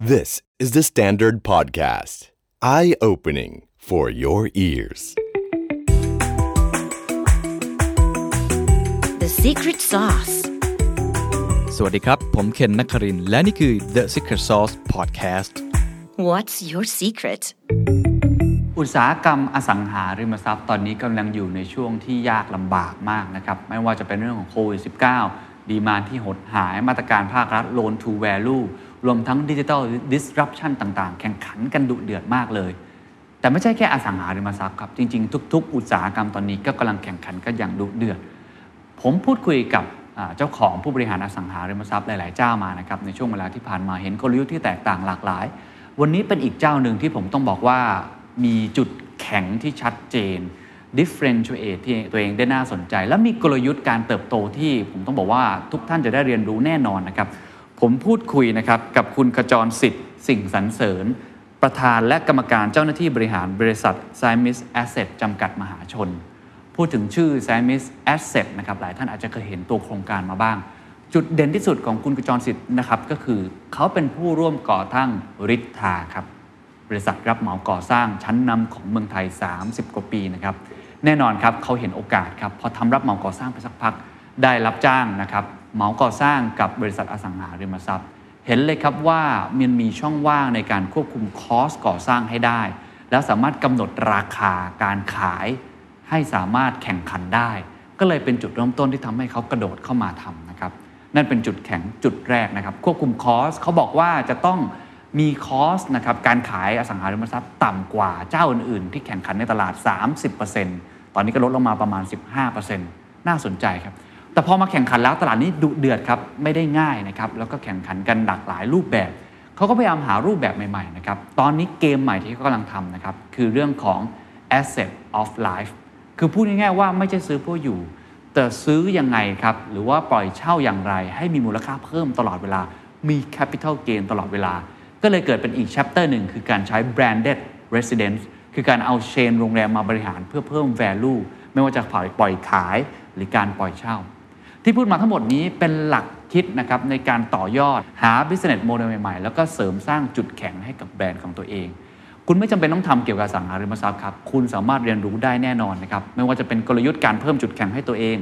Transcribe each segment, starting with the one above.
This is the Standard Podcast. Eye opening for your ears. The secret sauce. สวัสดีครับ ผมเคนนักครินทร์และนี่คือ The Secret Sauce Podcast What's your secret? อุตสาหกรรมอสังหาริมทรัพย์ตอนนี้กำลังอยู่ในช่วงที่ยากลำบากมากนะครับ ไม่ว่าจะเป็นเรื่องของโควิด -19 ดีมานที่หดหายมาตรการภาครัฐ Loan to Value รวมทั้งดิจิ t a l Disruption ต่างๆ แข่งขันกันดุเดือดมากเลย แต่ไม่ใช่แค่อสังหาริมทรัพย์ครับ จริง ๆ ทุก ๆ อุตสาหกรรมตอนนี้ก็กำลังแข่งขันกันอย่างดุเดือด ผมพูดคุยกับอ่าเจ้าของผู้บริหารอสังหาริมทรัพย์หลาย ๆ เจ้ามานะครับในช่วงเวลาที่ผ่านมาเห็นกลยุทธ์ที่แตกต่างหลากหลาย วันนี้เป็นอีกเจ้าหนึ่งที่ผมต้องบอกว่ามีจุดแข็งที่ชัดเจน differentiate ที่ตัวเองได้น่าสนใจ และมีกลยุทธ์การเติบโตที่ผมต้องบอกว่าทุกท่านจะได้เรียนรู้แน่นอนนะครับ ผมพูดคุยนะครับกับคุณขจรสิทธิ์สิ่งสรรเสริญ ประธานและกรรมการเจ้าหน้าที่บริหารบริษัท s i m i s Asset จำกัดมหาชน พูดถึงชื่อ s a m i s Asset นะครับหลายท่านอาจจะเคยเห็นตัวโครงการมาบ้าง จุดเด่นที่สุดของคุณกจรสิทธิ์นะครับก็คือเขาเป็นผู้ร่วมก่อตั้งริทธาครับ บริษัทรับเหมาก่อสร้างชั้นนำของเมืองไทย 30 กว่าปีนะครับ แน่นอนครับเขาเห็นโอกาสครับพอทำรับเหมาก่อสร้างไปสักพัก ได้รับจ้างนะครับเหมาก่อสร้างกับบริษัทอสังหาริมทรัพย์ เห็นเลยครับว่ามันมีช่องว่างในการควบคุมคอสก่อสร้างให้ได้ แล้วสามารถกำหนดราคาการขาย ให้สามารถแข่งขันได้ ก็เลยเป็นจุดเริ่มต้นที่ทำให้เขากระโดดเข้ามาทำนะครับ นั่นเป็นจุดแข็งจุดแรกนะครับ ควบคุมคอสเขาบอกว่าจะต้องมีคอสนะครับการขายอสังหาริมทรัพย์ต่ำกว่าเจ้าอื่นๆ ที่แข่งขันในตลาด 30%ตอนนี้ก็ลดลงมาประมาณ 15%น่าสนใจครับ แต่พอมาแข่งขันแล้วตลาดนี้ดุเดือดครับ ไม่ได้ง่ายนะครับ แล้วก็แข่งขันกันหลากหลายรูปแบบ เขาก็พยายามหารูปแบบใหม่ๆนะครับ ตอนนี้เกมใหม่ที่เขากำลังทำนะครับ คือเรื่องของ asset of life คือพูดง่ายๆว่าไม่ใช่ซื้อเพื่ออยู่ แต่ซื้อยังไงครับ หรือว่าปล่อยเช่าอย่างไร ให้มีมูลค่าเพิ่มตลอดเวลา มี capital gain ตลอดเวลา ก็เลยเกิดเป็นอีก chapter หนึ่งคือการใช้ branded residence คือการเอาเชนโรงแรมมาบริหารเพื่อเพิ่ม value ไม่ว่าจะปล่อยปล่อยขายหรือการปล่อยเช่า ที่พูดมาทั้งหมดนี้เป็นหลักคิดนะครับในการต่อยอดหา business model ใหม่ๆ แล้วก็เสริมสร้างจุดแข็งให้กับแบรนด์ของตัวเอง คุณไม่จำเป็นต้องทำเกี่ยวกับอสังหาริมทรัพย์ครับ คุณสามารถเรียนรู้ได้แน่นอนนะครับ ไม่ว่าจะเป็นกลยุทธ์การเพิ่มจุดแข็งให้ตัวเอง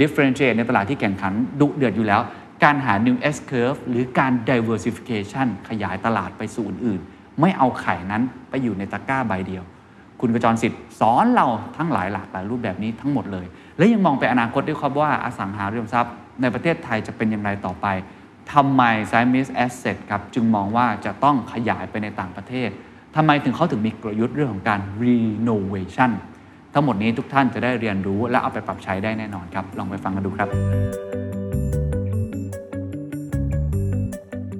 differentiate ในตลาดที่แข่งขันดุเดือดอยู่แล้ว การหา new S curve หรือการ diversification ขยายตลาดไปสู่อื่นๆ ไม่เอาไข่นั้นไปอยู่ในตะกร้าใบเดียว คุณกระจรสิทธิ์สอนเราทั้งหลายหลากหลายรูปแบบนี้ทั้งหมดเลย และยังมองไปอนาคตด้วยครับว่าอสังหาริมทรัพย์ ในประเทศไทยจะเป็นอย่างไรต่อไปทำไม s i m i s Asset ครับจึงมองว่าจะต้องขยายไปในต่างประเทศทำไมถึงเขาถึงมีกลยุทธ์เรื่องของการ renovation ทั้งหมดนี้ทุกท่านจะได้เรียนรู้และเอาไปปรับใช้ได้แน่นอนครับ ลองไปฟังกันดูครับ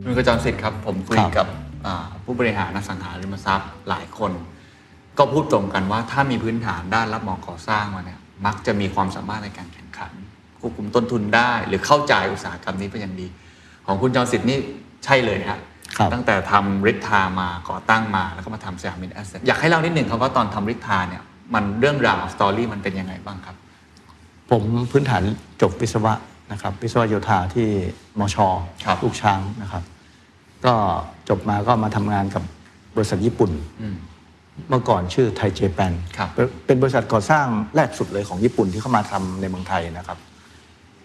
คุณกระจรสิทธิ์ครับ ผมคุย ครับ กับอ่าผู้บริหารอสังหาริมทรัพย์หลายคน ก็พูดตรงกันว่าถ้ามีพื้นฐานด้านรับเหมาก่อสร้างมาเนี่ยมักจะมีความสามารถในการแข่งขัน ควบคุมต้นทุนได้ หรือเข้าใจอุตสาหกรรมนี้เป็นอย่างดี ของคุณจอห์นสิทธิ์นี่ใช่เลยนะฮะ ครับ ตั้งแต่ทำริทธามาก่อตั้งมาแล้วก็มาทำสยามมินแอสเซทอยากให้เล่านิดหนึ่งครับว่าตอนทำริทธาเนี่ยมันเรื่องราวสตอรี่มันเป็นยังไงบ้างครับ ผมพื้นฐานจบวิศวะนะครับวิศวโยธาที่มช ครับ ลูกช้างนะครับ ก็จบมาก็มาทำงานกับบริษัทญี่ปุ่น เมื่อก่อนชื่อไทยเจแปน ครับ เป็นเป็นบริษัทก่อสร้างแรกสุดเลยของญี่ปุ่นที่เข้ามาทำในเมืองไทยนะครับ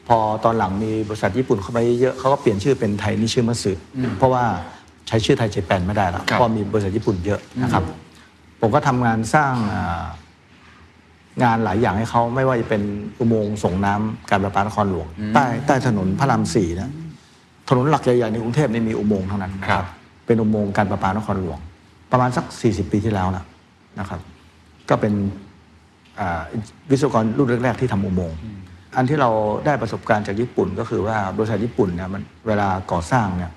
พอตอนหลังมีบริษัทญี่ปุ่นเข้าไปเยอะเขาก็เปลี่ยนชื่อเป็นไทยนิชิมัตสึเพราะว่าใช้ชื่อไทยเจแปนไม่ได้แล้ว ครับ เพราะมีบริษัทญี่ปุ่นเยอะนะครับ ผมก็ทำงานสร้างอ่างานหลายอย่างให้เขาไม่ว่าจะเป็นอุโมงค์ส่งน้ำการประปานครหลวง ใต้ใต้ถนนพระรามสี่นะถนนหลักใหญ่ๆในกรุงเทพนี่มีอุโมงค์เท่านั้นนะครับ เป็นอุโมงค์การประปานครหลวง ประมาณสัก 40 ปีที่แล้วนะนะครับ ก็เป็นอ่าวิศวกรรุ่นแรกๆที่ทำอุโมงค์อันที่เราได้ประสบการณ์จากญี่ปุ่นก็คือว่าบริษัทญี่ปุ่นเนี่ยมันเวลาก่อสร้างเนี่ย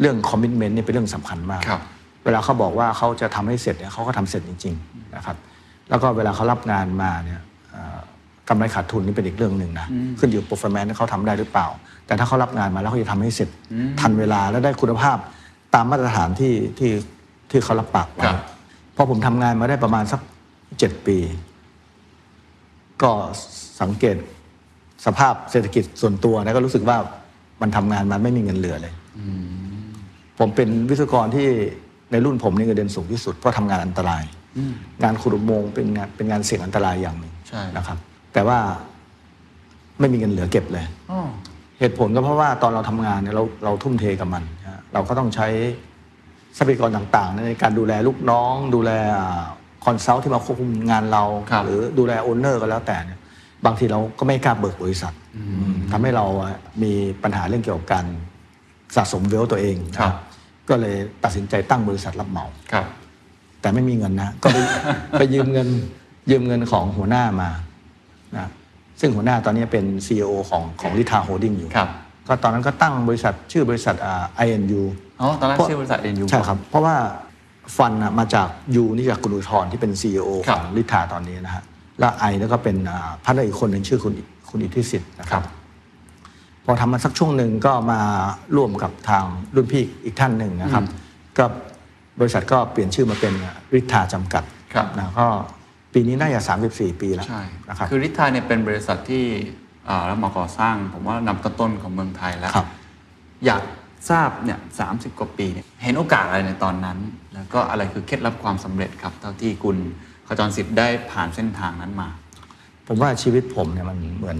เรื่องคอมมิชเมนต์เนี่ยเป็นเรื่องสำคัญมาก ครับ เวลาเขาบอกว่าเขาจะทำให้เสร็จเนี่ยเขาก็ทำเสร็จจริงๆนะครับ แล้วก็เวลาเขารับงานมาเนี่ยเอ่อกำไรขาดทุนนี่เป็นอีกเรื่องหนึ่งนะขึ้นอยู่ performance ที่เขาทำได้หรือเปล่า แต่ถ้าเขารับงานมาแล้วเขาจะทำให้เสร็จทันเวลาและได้คุณภาพตามมาตรฐานที่ที่ที่เขารับปากไว้ ครับ พอผมทำงานมาได้ประมาณสักเจ็ดปี ก็สังเกตสภาพเศรษฐกิจส่วนตัวนะก็รู้สึกว่ามันทำงานมันไม่มีเงินเหลือเลย ผมเป็นวิศวกรที่ในรุ่นผมนี่เงินเดือนสูงที่สุดเพราะทำงานอันตราย งานขุดอุโมงค์เป็นงานเป็นงานเสี่ยงอันตรายอย่างหนึ่ง ใช่ นะครับ แต่ว่าไม่มีเงินเหลือเก็บเลย อ๋อ เหตุผลก็เพราะว่าตอนเราทำงานเนี่ยเราเราทุ่มเทกับมันนะฮะเราก็ต้องใช้ทรัพยากรต่างๆ ในการดูแลลูกน้อง ดูแลคอนซัลท์ที่มาควบคุมงานเรา ครับ หรือดูแลโอนเนอร์ก็แล้วแต่เนี่ยบางทีเราก็ไม่กล้าเบิกบริษัททำให้เราอะมีปัญหาเรื่องเกี่ยวกับการสะสมเวลตัวเองนะครับ ก็เลยตัดสินใจตั้งบริษัทรับเหมา ครับ แต่ไม่มีเงินนะ ก็ไป ไปยืมเงิน ยืมเงินของหัวหน้ามานะซึ่งหัวหน้าตอนนี้เป็น CEO ของของลิทาโฮดิ้งอยู่ ครับ ก็ตอนนั้นก็ตั้งบริษัทชื่อบริษัทอ่า INU อ๋อตอนแรก เพราะ ชื่อบริษัทเอ็นยู ใช่ครับ เพราะว่าฟันน่ะมาจากยูนิจากกุลุทรที่เป็น CEO ค ข รับ องลิทาตอนนี้นะฮะและไอแล้วก็เป็นพาร์ทเนอร์อีกคนหนึ่งชื่อคุณคุณอิทธิสิทธิ์นะค ครั รับ บ พอทำมาสักช่วงหนึ่งก็มาร่วมกับทางรุ่นพี่อีกท่านหนึ่งนะครับ ก็บริษัทก็เปลี่ยนชื่อมาเป็นริทาจำกัด ครับ นะก็ปีนี้น่าจะ 34 ปีแล้ว ใช่ นะครับ คือริทาเนี่ยเป็นบริษัทที่อ่ารับเหมาก่อสร้าง ผมว่านำต้นๆของเมืองไทยแล้ว ครับ อยากทราบเนี่ยสามสิบกว่าปีเนี่ยเห็นโอกาสอะไรในตอนนั้น แล้วก็อะไรคือเคล็ดลับความสำเร็จครับ เท่าที่คุณขจรสิทธิ์ได้ผ่านเส้นทางนั้นมา ผมว่าชีวิตผมเนี่ยมันเหมือน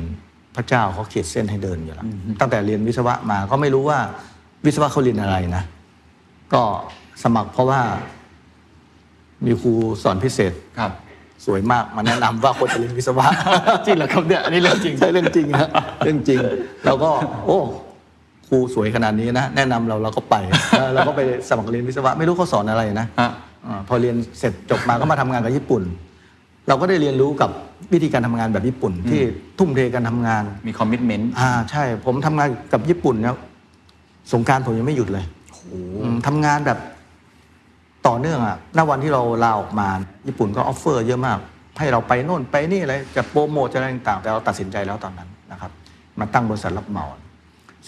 พระเจ้าเขาขีดเส้นให้เดินอยู่แล้วตั้งแต่เรียนวิศวะมาก็ไม่รู้ว่าวิศวะเขาเรียนอะไรนะ ก็สมัครเพราะว่า มีครูสอนพิเศษ ครับ สวยมากมาแนะนำว่าควรจะเรียนวิศวะ จริงเหรอครับเนี่ยอันนี้เรื่องจริงใช่เรื่องจริงนะเรื่องจริงเราก็ โอ้ครูสวยขนาดนี้นะ แนะนำเราเราก็ไป นะเราก็ไปสมัครเรียนวิศวะไม่รู้เขาสอนอะไรนะ ฮะ อ่าพอเรียนเสร็จจบมาก็มาทำงานกับญี่ปุ่น เราก็ได้เรียนรู้กับวิธีการทำงานแบบญี่ปุ่น ที่ทุ่มเทการทำงาน มีคอมมิชเมนต์ อ่าใช่ ผมทำงานกับญี่ปุ่นนะสงกรารผมยังไม่หยุดเลย โอ้โห อืมทำงานแบบต่อเนื่องอะณวันที่เราลาออกมา ญี่ปุ่นก็ออฟเฟอร์เยอะมาก ให้เราไปโน่นไปนี่อะไรจะโปรโมทจะอะไรต่างๆ แต่เราตัดสินใจแล้วตอนนั้นนะครับ มาตั้งบริษัทรับเหมา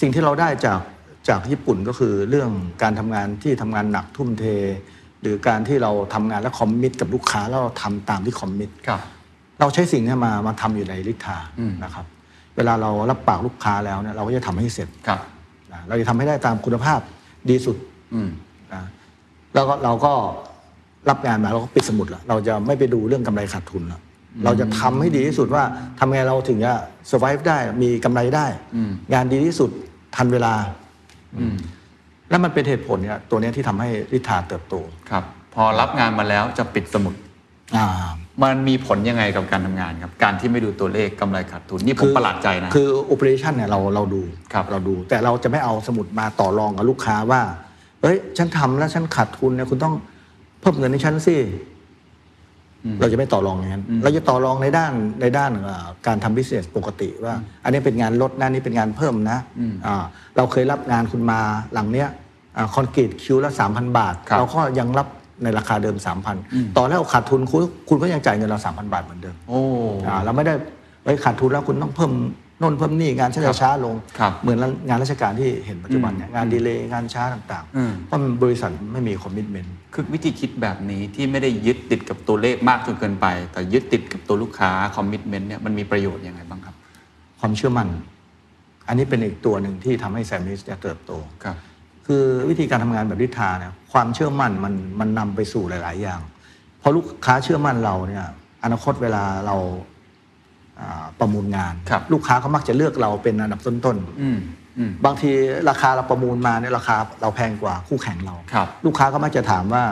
สิ่งที่เราได้จากจากญี่ปุ่นก็คือเรื่องการทำงานที่ทำงานหนักทุ่มเท หรือการที่เราทำงานและคอมมิตกับลูกค้าแล้วเราทำตามที่คอมมิต ครับ เราใช้สิ่งเนี้มามาทำอยู่ในลิทา อืม นะครับ เวลาเรารับปากลูกค้าแล้วเนี่ยเราก็จะทำให้เสร็จ ครับ นะเราจะทำให้ได้ตามคุณภาพดีสุด อืม นะแล้วก็เราก็รับงานมาเราก็ปิดสมุดละเราจะไม่ไปดูเรื่องกำไรขาดทุนละเราจะทำให้ดีที่สุดว่าทำไงเราถึงจะ survive ได้มีกำไรได้ อืม งานดีที่สุดทันเวลา อืม และมันเป็นเหตุผลเนี่ยตัวเนี้ยที่ทำให้ลิทาเติบโต ครับ พอรับงานมาแล้วจะปิดสมุด อ่า มันมีผลยังไงกับการทำงานครับ การที่ไม่ดูตัวเลขกำไรขาดทุน นี่ผมประหลาดใจนะ คือ operation เนี่ยเราเราดู ครับ เราดู แต่เราจะไม่เอาสมุดมาต่อรองกับลูกค้าว่าเอ้ยฉันทำแล้วฉันขาดทุนเนี่ยคุณต้องเพิ่มเงินให้ฉันสิ อืม เราจะไม่ต่อรองอย่างนั้น เราจะต่อรองในด้านในด้านเอ่อการทำ business ปกติว่า อันนี้เป็นงานลดนะอันนี้เป็นงานเพิ่มนะอ่าเราเคยรับงานคุณมาหลังเนี้ยคอนกรีตคิวละ 3,000 บาท ครับ เราก็ยังรับในราคาเดิม 3,000 ต่อแล้วขาดทุนคุณคุณก็ยังจ่ายเงินเรา 3,000 บาทเหมือนเดิม โอ้ อ่าเราไม่ได้ไว้ยขาดทุนแล้วคุณต้องเพิ่มโน่นเพิ่มนี่งานฉันจะช้าลง ครับ เหมือนงานราชการที่เห็นปัจจุบันเนี่ยงานดีเลย์งานช้าต่าง อืม ๆเพราะมันบริษัทไม่มีคอมมิชเมน คือวิธีคิดแบบนี้ที่ไม่ได้ยึดติดกับตัวเลขมากจนเกินไป แต่ยึดติดกับตัวลูกค้าคอมมิชเมนต์เนี่ยมันมีประโยชน์ยังไงบ้างครับ ความเชื่อมั่น อันนี้เป็นอีกตัวหนึ่งที่ทำให้แซมมิสเนี่ยเติบโต ครับ คือวิธีการทำงานแบบลิทาเนี่ยความเชื่อมั่นมันมันนำไปสู่หลาย ๆ อย่างพอลูกค้าเชื่อมั่นเราเนี่ยอนาคตเวลาเราอ่าประมูลงาน ครับ ลูกค้าเขามักจะเลือกเราเป็นอันดับต้น อืมอืม ๆ บางทีราคาเราประมูลมาเนี่ยราคาเราแพงกว่าคู่แข่งเรา ครับ ลูกค้าก็มักจะถามว่า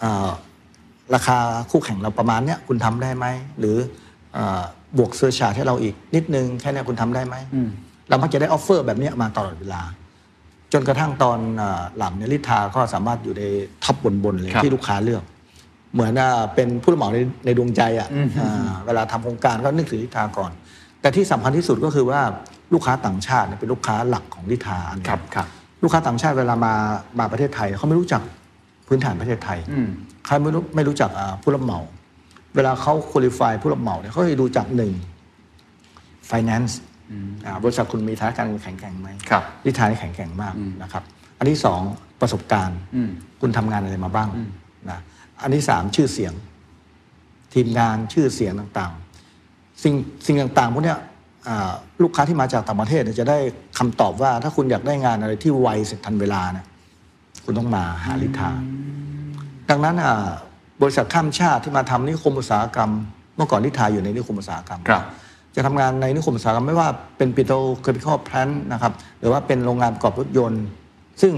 เอ่อราคาคู่แข่งเราประมาณเนี้ยคุณทำได้ไหม หรือเออบวกเซอร์ชาร์จให้เราอีกนิดนึง แค่เนี้ยคุณทำได้ไหม อืม เรามักจะได้ออฟเฟอร์แบบเนี้ยมาตลอดเวลา จนกระทั่งตอนเอ่อหลังเนี่ยลิทาก็สามารถอยู่ในท็อปบน ๆ เลย ครับ ที่ลูกค้าเลือก เหมือนอ่ะเป็นผู้รับเหมาในในดวงใจอ่ะ อืม อ่าเวลาทำโครงการก็นึกถึงลิทาก่อน แต่ที่สำคัญที่สุดก็คือว่าลูกค้าต่างชาติเนี่ยเป็นลูกค้าหลักของลิทาอันหนึ่ง ครับครับ ลูกค้าต่างชาติเวลามามาประเทศไทยเขาไม่รู้จักพื้นฐานประเทศไทย อืม เขาไม่รู้ไม่รู้จักอ่าผู้รับเหมา เวลาเขาคุริฟายผู้รับเหมาเนี่ยเขาจะดูจากหนึ่ง finance อ่าบริษัทคุณมีฐานะการเงินแข็งแกร่งไหม ครับ ลิฐานแข็งแกร่งมากนะครับ อันที่สองประสบการณ์ อืม คุณทำงานอะไรมาบ้างนะอันที่สามชื่อเสียง ทีมงานชื่อเสียงต่างๆ สิ่งสิ่งต่างๆพวกเนี้ยอ่าลูกค้าที่มาจากต่างประเทศเนี่ยจะได้คำตอบว่าถ้าคุณอยากได้งานอะไรที่ไวเสร็จทันเวลาเนี่ย คุณต้องมาหาลิทางดังนั้นอ่ะบริษัทข้ามชาติที่มาทำนิคมอุตสาหกรรม เมื่อก่อนลิทาอยู่ในนิคมอุตสาหกรรม ครับ จะทำงานในนิคมอุตสาหกรรมไม่ว่าเป็นปิโตรเคมีคอลแพลนนะครับหรือว่าเป็นโรงงานประกอบรถยนต์ ซึ่ง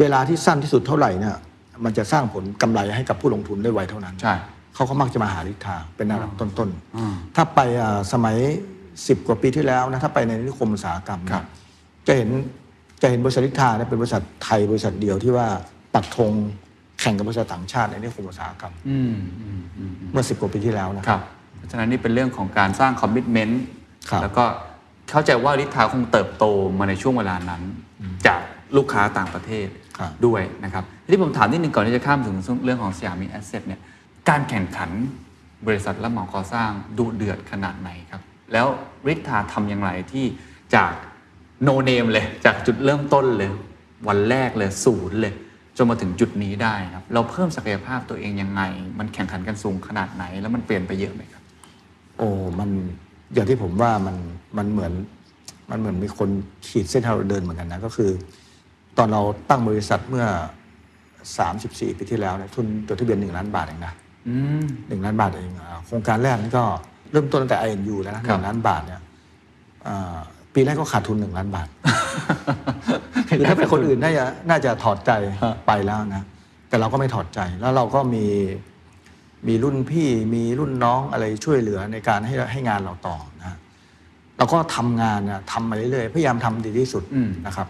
เวลาที่สั้นที่สุดเท่าไหร่เนี่ยมันจะสร้างผลกำไรให้กับผู้ลงทุนได้ไวเท่านั้น ใช่ เขาก็มักจะมาหาลิทาเป็นอันดับต้น อืม ๆ ถ้าไปอ่าสมัย 10 กว่าปีที่แล้วนะถ้าไปในนิคมอุตสาหกรรม ครับ จะเห็นจะเห็นบริษัทลิทาเนี่ยเป็นบริษัทไทยบริษัทเดียวที่ว่าปักธงแข่งกับบริษัทต่างชาติในนิคมอุตสาหกรรม อืมอืมอืม เมื่อ 10 กว่าปีที่แล้วนะ ครับเพราะฉะนั้นนี่เป็นเรื่องของการสร้างคอมมิชเมนต์ ครับ แล้วก็เข้าใจว่าลิทาคงเติบโตมาในช่วงเวลานั้น จากลูกค้าต่างประเทศด้วยนะครับที่ผมถามนิดนึงก่อนที่จะข้ามถึงเรื่องของสยามมีแอสเซทเนี่ยการแข่งขันบริษัทรับเหมาก่อสร้างดุเดือดขนาดไหนครับ แล้วลิทาทำอย่างไรที่จากโนเนมเลยจากจุดเริ่มต้นเลย วันแรกเลยศูนย์เลย จนมาถึงจุดนี้ได้ครับ เราเพิ่มศักยภาพตัวเองยังไง มันแข่งขันกันสูงขนาดไหน แล้วมันเปลี่ยนไปเยอะไหมครับ โอ้ มันอย่างที่ผมว่ามันมันเหมือนมันเหมือนมีคนขีดเส้นทางเราเดินเหมือนกันนะ ก็คือ ตอนเราตั้งบริษัทเมื่อ 34 ปีที่แล้วเนี่ยทุนจดทะเบียน 1 ล้านบาทเองนะ อืม หนึ่งล้านบาทเองอ่าโครงการแรกนี่ก็เริ่มต้นตั้งแต่ INU แล้วนะห ครับ นึ่งล้านบาทเนี่ยอ่าปีแรกก็ขาดทุน 1 ล้าน บาท คือถ้าเป็นคนอื่นน่าจะน่าจะถอดใจไปแล้วนะ แต่เราก็ไม่ถอดใจแล้วเราก็มีมีรุ่นพี่มีรุ่นน้องอะไรช่วยเหลือในการให้ให้งานเราต่อนะเราก็ทำงานนะทำมาเรื่อยๆพยายามทำดีที่สุด อืม นะครับ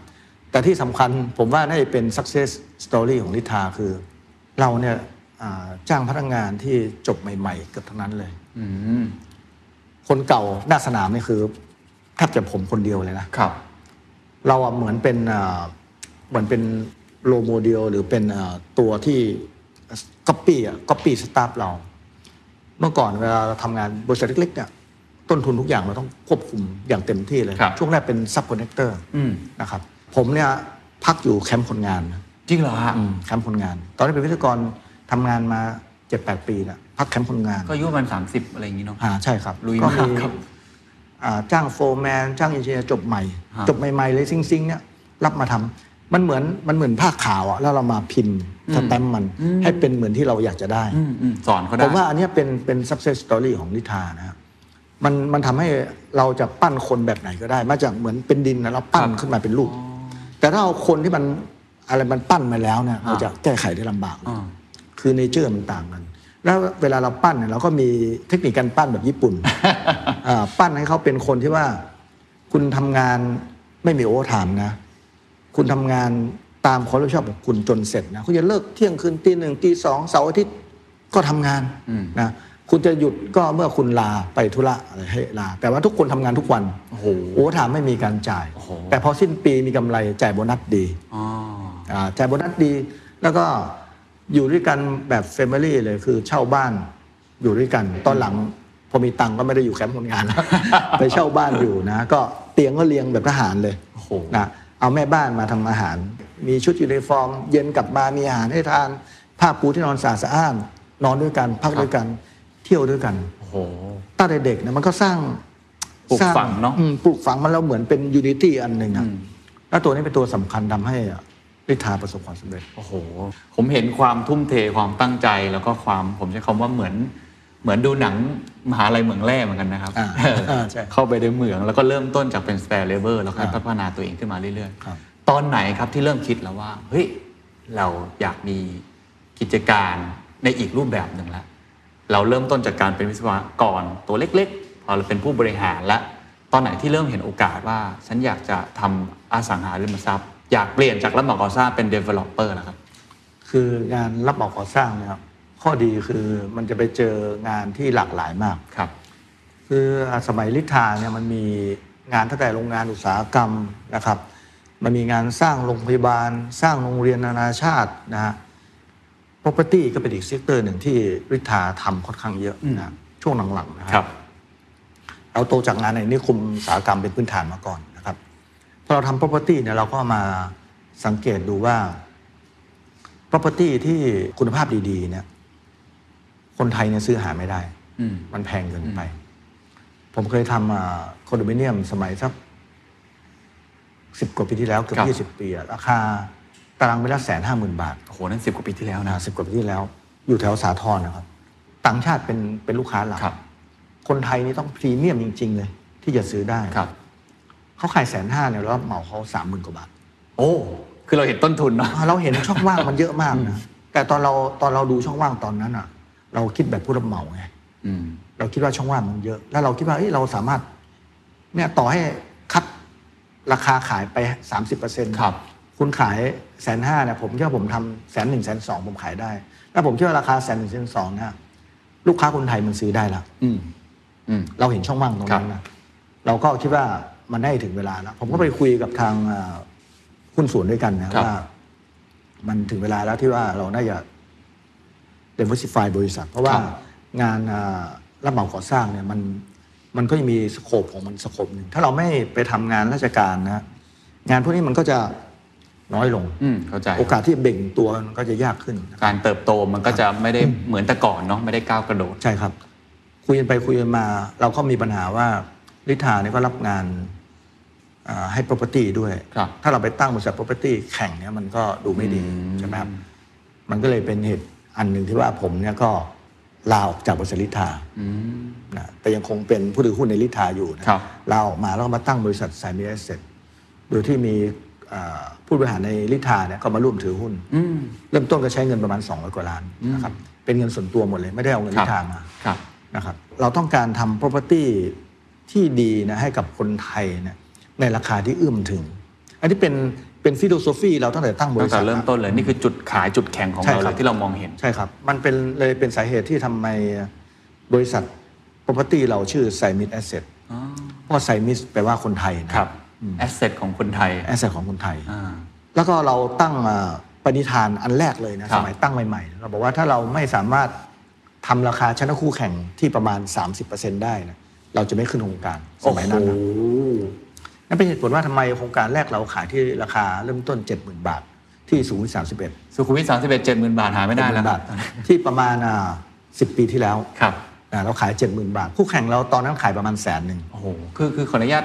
แต่ที่สำคัญผมว่าน่าจะเป็น success story ของลิทาคือ เราเนี่ยอ่าจ้างพนักงานที่จบใหม่ๆเกือบทั้งนั้นเลย อืม คนเก่าหน้าสนามนี่คือแทบจะผมคนเดียวเลยนะ ครับ เราอะเหมือนเป็นเอ่อเหมือนเป็นโลโมเดลหรือเป็นเอ่อตัวที่ก๊อปปี้อะก๊อปปี้สตาฟเรา เมื่อก่อนเวลาเราทำงานบริษัทเล็กๆเนี่ยต้นทุนทุกอย่างเราต้องควบคุมอย่างเต็มที่เลย ครับ ช่วงแรกเป็นซับคอนเนคเตอร์ อืม นะครับผมเนี่ยพักอยู่แคมป์คนงานนะ จริงเหรอฮะ แคมป์คนงาน ตอนนี้นเป็นวิทยากรทำงานมาเจ็ดแปดปีนะพักแคมป์คนงาน ก็อายุประมาณสามสิบอะไรอย่างนี้เนาะ อ่าใช่ครับ ลุย ก็ มากครับ อ่าจ้างโฟร์แมนจ้างอินเชียร์จบใหม่ ฮะ จบใหม่ ๆ เลยซิงซิงๆเนี่ยรับมาทำมันเหมือนมันเหมือนผ้าขาวอะแล้วเรามาพิมพ์สแตมป์มัน อืม ให้เป็นเหมือนที่เราอยากจะได้ อืมอืมสอนเขาได้ ผมว่าอันเนี้ยเป็นเป็น success story ของลิทานะครับมันมันทำให้เราจะปั้นคนแบบไหนก็ได้ มาจากเหมือนเป็นดินนะเราปั้นขึ้นมาเป็นรูป แต่ถ้าเอาคนที่มันอะไรมันปั้นมาแล้วเนี่ยเราจะแก้ไขได้ลำบากเลย อ่า คือเนเจอร์มันต่างกัน แล้วเวลาเราปั้นเนี่ยเราก็มีเทคนิคการปั้นแบบญี่ ปุ่น อ่าปั้นให้เขาเป็นคนที่ว่า คุณทำงานไม่มีโอเวอร์ไทม์นะ คุณทำงานตามความรับผิดชอบของคุณจนเสร็จนะคุณจะเลิกเที่ยงคืนตีหนึ่งตีสองเสาร์อาทิตย์ก็ทำงาน อืม นะคุณจะหยุดก็เมื่อคุณลาไปธุระอะไรให้ลา แต่ว่าทุกคนทำงานทุกวัน โอ้โห โอเวอร์ไทม์ไม่มีการจ่าย โอ้โห แต่พอสิ้นปีมีกำไรจ่ายโบนัสดี อ๋อ อ่าจ่ายโบนัสดีแล้วก็อยู่ด้วยกันแบบแฟมิลี่เลยคือเช่าบ้านอยู่ด้วยกันตอนหลังพอมีตังค์ก็ไม่ได้อยู่แคมป์คนง านแล้ว ไปเช่าบ้านอยู่นะ ก็เตียงก็เรียงแบบทหารเลย โอ้โห นะเอาแม่บ้านมาทำอาหาร มีชุดยูนิฟอร์ม เย็นกลับมามีอาหารให้ทาน ผ้าปูที่นอนสะอาดสะอ้านนอนด้วยกัน พักด้วยกันเที่ยวด้วยกัน โอ้โห ตั้งแต่เด็กนะมันก็สร้าง ปลูก สร้า ฝังเนอะ อืมปลูกฝังมันแล้วเหมือนเป็นยูนิตี้อันหนึ่งอะแล้วตัวนี้เป็นตัวสำคัญทำให้ลิทาประสบความสำเร็จ โอ้โห ผมเห็นความทุ่มเทความตั้งใจแล้วก็ความผมใช้คำว่าเหมือนเหมือนดูหนังมหาลัยเหมืองแร่เหมือนกันนะครับ อ่าอ่าใช่ เข้าไปในเหมืองแล้วก็เริ่มต้นจากเป็นสเปร์เลเวอร์แล้วก็ อ่า พัฒนาตัวเองขึ้นมาเรื่อย ครับ ๆ ตอนไหนครับที่เริ่มคิดแล้วว่า เฮ้ย เราอยากมีกิจการในอีกรูปแบบหนึ่งละ เราเริ่มต้นจากการเป็นวิศวกรตัวเล็กๆพอเราเป็นผู้บริหารละ ตอนไหนที่เริ่มเห็นโอกาสว่า ฉันอยากจะทำอสังหาริมทรัพย์ อยากเปลี่ยนจากรับเหมาก่อสร้างเป็น developer แล้วครับ คืองานรับเหมาก่อสร้างเนี่ยครับข้อดีคือมันจะไปเจองานที่หลากหลายมาก ครับ คืออ่ะสมัยลิทาเนี่ยมันมีงานตั้งแต่โรงงานอุตสาหกรรมนะครับ มันมีงานสร้างโรงพยาบาล สร้างโรงเรียนนานาชาตินะฮะ property ก็เป็นอีกเซกเตอร์หนึ่งที่ลิทาทำค่อนข้างเยอะนะช่วงหลังๆนะบ เราโตจากงานในนิคมอุตสาหกรรมเป็นพื้นฐานมาก่อนนะครับพอเราทำ property เนี่ยเราก็มาสังเกตดูว่า property ที่คุณภาพดีๆเนี่ยคนไทยเนี่ยซื้อหาไม่ได้ อืม มันแพงเกินไป ผมเคยทำอ่าคอนโดมิเนียมสมัยสักสิบกว่าปีที่แล้ว เกือ ครับ บยี่สิบ20 ปีอะราคา ตารางเมตรละแสนห้าหมื่นบาท โอ้โหนั่นสิบกว่าปีที่แล้วนะ นะสิบกว่าปีที่แล้ว อยู่แถวสาทรนะครับ ต่างชาติเป็นเป็นลูกค้าหลัก ครับ คนไทยนี่ต้องพรีเมียมจริง ๆ เลย ที่จะซื้อได้ ครับ เขาขายแสนห้าเนี่ยแล้วเหมาเขาสามหมื่นกว่าบาท โอ้ คือเราเห็นต้นทุนเนาะ อ่าเราเห็นช่องว่างมันเยอะมากนะ แต่ตอนเราตอนเราดูช่องว่างตอนนั้นอ่ะ เราคิดแบบผู้รับเหมาไง อืม เราคิดว่าช่องว่างมันเยอะ แล้วเราคิดว่าเอ้ยเราสามารถ เนี่ยต่อให้คัดราคาขายไป 30เปอร์เซ็นต์ ครับ คุณขายแสนห้าเนี่ยผมคิดว่าผมทำแสนหนึ่งแสนสองผมขายได้ แล้วผมคิดว่าราคาแสนหนึ่งแสนสองเนี่ยลูกค้าคนไทยมันซื้อได้ละ อืม อืม เราเห็นช่องว่างตรงนั้นนะเราก็คิดว่ามันได้ถึงเวลาแล้ว ผมก็ไปคุยกับทางเอ่อหุ้นส่วนด้วยกันนะครับ ว่า มันถึงเวลาแล้วที่ว่าเราน่าจะ diversify บริษัท เพราะว่างานเอ่อรับเหมาก่อสร้างเนี่ยมันมันก็จะมีสโคปของมันสโคปหนึ่งถ้าเราไม่ไปทำงานราชการนะ งานพวกนี้มันก็จะน้อยลง อืม เข้าใจ โอกาสที่เบ่งตัวมันก็จะยากขึ้นนะครับ การเติบโตมันก็จะไม่ได้เหมือนแต่ก่อนเนาะ ไม่ได้ก้าวกระโดด ใช่ครับ คุยกันไปคุยกันมา เราก็มีปัญหาว่าลิทาเนี่ยก็รับงานเอ่อให้ property ด้วย ครับ ถ้าเราไปตั้งบริษัท property แข่งเนี่ยมันก็ดูไม่ดี อืม ใช่ไหมครับมันก็เลยเป็นเหตุอันหนึ่งที่ว่าผมเนี่ยก็ลาออกจากบริษัทลิทา อืม นะแต่ยังคงเป็นผู้ถือหุ้นในลิทาอยู่นะครับ ลาออกมาแล้วก็มาตั้งบริษัทสายมีเอเซโดยที่มีเอ่อผู้บริหารในลิทาเนี่ยก็มาร่วมถือหุ้น อืม เริ่มต้นก็ใช้เงินประมาณ200กว่าล้านนะครับเป็นเงินส่วนตัวหมดเลยไม่ได้เอาเงิน ครั ลิ บ ทามา ครับ นะครับเราต้องการทำ property ที่ดีนะให้กับคนไทยนะในราคาที่เอื้อมถึง อันนี้เป็นเป็นฟิโลโซฟีเราตั้งแต่ตั้งบ ตั้ ริ ง ษั แต่ ท เริ่มต้นเลย นี่คือจุดขายจุดแข็งของ ใช่ เรา ค เล รับ ยที่เรามองเห็น ใช่ครับ มันเป็นเลยเป็นสาเหตุที่ทำไมบริษัท property เราชื่อไซมิสแอสเซทเพราะไซมิสแปลว่าคนไทยนะครับ แอสเซทของคนไทย แอสเซทของคนไทย อ่า แล้วก็เราตั้งอ่าปณิธานอันแรกเลยนะครับ สมัยตั้งใหม่ๆ เราบอกว่าถ้าเราไม่สามารถทำราคาชนะคู่แข่งที่ประมาณ 30%ได้นะเราจะไม่ขึ้นโครงการสมัยนั้นนะ โอ้โห นั่นเป็นเหตุผลว่าทำไมโครงการแรกเราขายที่ราคาเริ่มต้น 70,000 บาท ที่ศูนย์สามสิบเอ็ด สุขุมวิทสามสิบเอ็ดเจ็ดหมื่นบาทหาไม่ได้แล้ว บาทที่ประมาณสิบปีที่แล้ว ครับ อ่าเราขาย 70,000 บาท คู่แข่งเราตอนนั้นขายประมาณแสนหนึ่ง โอ้โห คือคือขออนุญาต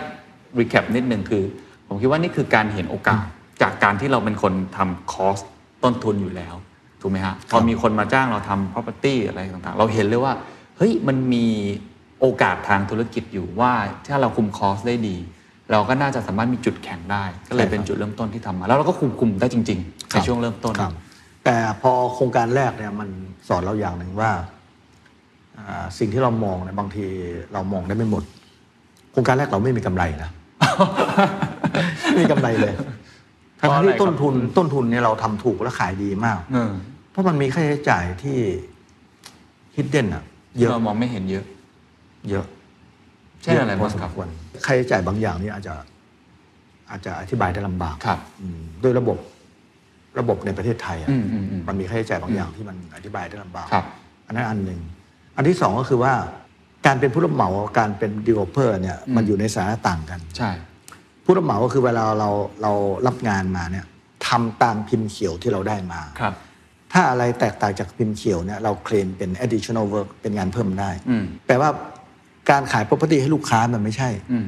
รีแคปนิดหนึ่งคือ ผมคิดว่านี่คือการเห็นโอกาสจากการที่เราเป็นคนทำคอสต้นทุนอยู่แล้ว ถูกไหมฮะ พอมีคนมาจ้างเราทำ property อะไรต่างๆ เราเห็นเลยว่า เฮ้ย มันมีโอกาสทางธุรกิจอยู่ว่า ถ้าเราคุมคอสได้ดี เราก็น่าจะสามารถมีจุดแข็งได้ ก็เลย ใช่ครับ เป็นจุดเริ่มต้นที่ทำมา แล้วเราก็คุมคุมได้จริง ๆ ในช่วงเริ่มต้น ครับแต่พอโครงการแรกเนี่ยมันสอนเราอย่างหนึ่งว่าอ่าสิ่งที่เรามองเนี่ยบางทีเรามองได้ไม่หมด โครงการแรกเราไม่มีกำไร นะ ไม่มีกำไรเลย เพ ทั้ ราะ ง อะไร ๆที่ ครับ ต้นทุนต้นทุนเนี่ยเราทำถูกและขายดีมาก เออ เพราะมันมีค่าใช้จ่ายที่ฮิดเด่นอะเยอะ เรามองไม่เห็นเยอะ เยอะ เช่นอะไร ย บ้า พ ง อส ค ม รับ ควรค่าใช้จ่ายบางอย่างนี่อาจจะ อาจจะอธิบายได้ลำบาก ครับ อืมด้วยระบบระบบในประเทศไทยอะ อืมอืมอืม มันมีค่าใช้จ่ายบางอย่างที่มันอธิบายได้ลำบาก ครับ อันนั้นอันหนึ่งอันที่สองก็คือว่า การเป็นผู้รับเหมากับการเป็นดีเวลอปเปอร์เนี่ยมันอยู่ในสถานะต่างกัน ใช่ ผู้รับเหมาก็คือเวลาเราเรารับงานมาเนี่ยทำตามพิมพ์เขียวที่เราได้มา ครับ ถ้าอะไรแตกต่างจากพิมพ์เขียวเนี่ยเราเคลมเป็น additional work เป็นงานเพิ่มได้ อืม แปลว่าการขาย property ให้ลูกค้ามันไม่ใช่ อืม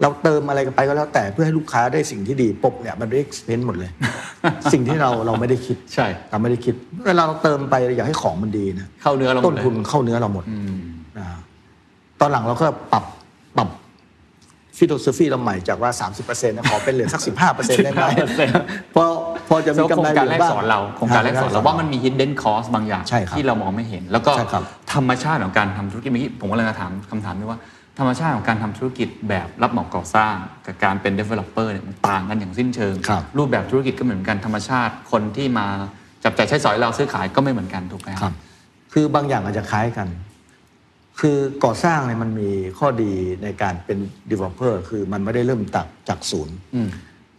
เราเติมอะไรกันไปก็แล้วแต่เพื่อให้ลูกค้าได้สิ่งที่ดีปบเนี่ยมันเป็น expense หมดเลย สิ่งที่เราเราไม่ได้คิด ใช่ เราไม่ได้คิดเวลาเราเติมไปเราอยากให้ของมันดีนะ เข้าเนื้อเราหม ต้ ด น เลย ทุนเข้าเนื้อเราหมด อืม นะตอนหลังเราก็ปรับปรับฟิโ o โซฟีเราใหม่จากว่า 30%นะขอเป็นเหลือสัก 15%ได้ไหม 15% พอพอจะมีกำไร โครง เห การ ลื แร อก บ้าง สอนเราโครงการแรกสอนเราว่ามันมี hidden cost บางอย่าง ใช่ครับ ที่เรามองไม่เห็น แล้วก็ ใช่ครับ ธรรมชาติของการทำธุรกิจเมื่อกี้ผมกำลังจะถามคำถามนี้ว่า ธรรมชาติของการทำธุรกิจแบบรับเหมาก่อสร้าง กับการเป็น developer เนี่ยมันต่างกันอย่างสิ้นเชิง ครับ รูปแบบธุรกิจก็เหมือนกันธรรมชาติคนที่มาจับจ่ายใช้สอยเราซื้อขายก็ไม่เหมือนกันถูกไหม ครับ คือบางอย่างอาจจะคล้ายกัน คือก่อสร้างเนี่ยมันมีข้อดีในการเป็น developer คือมันไม่ได้เริ่มตักจากศูนย์ อืม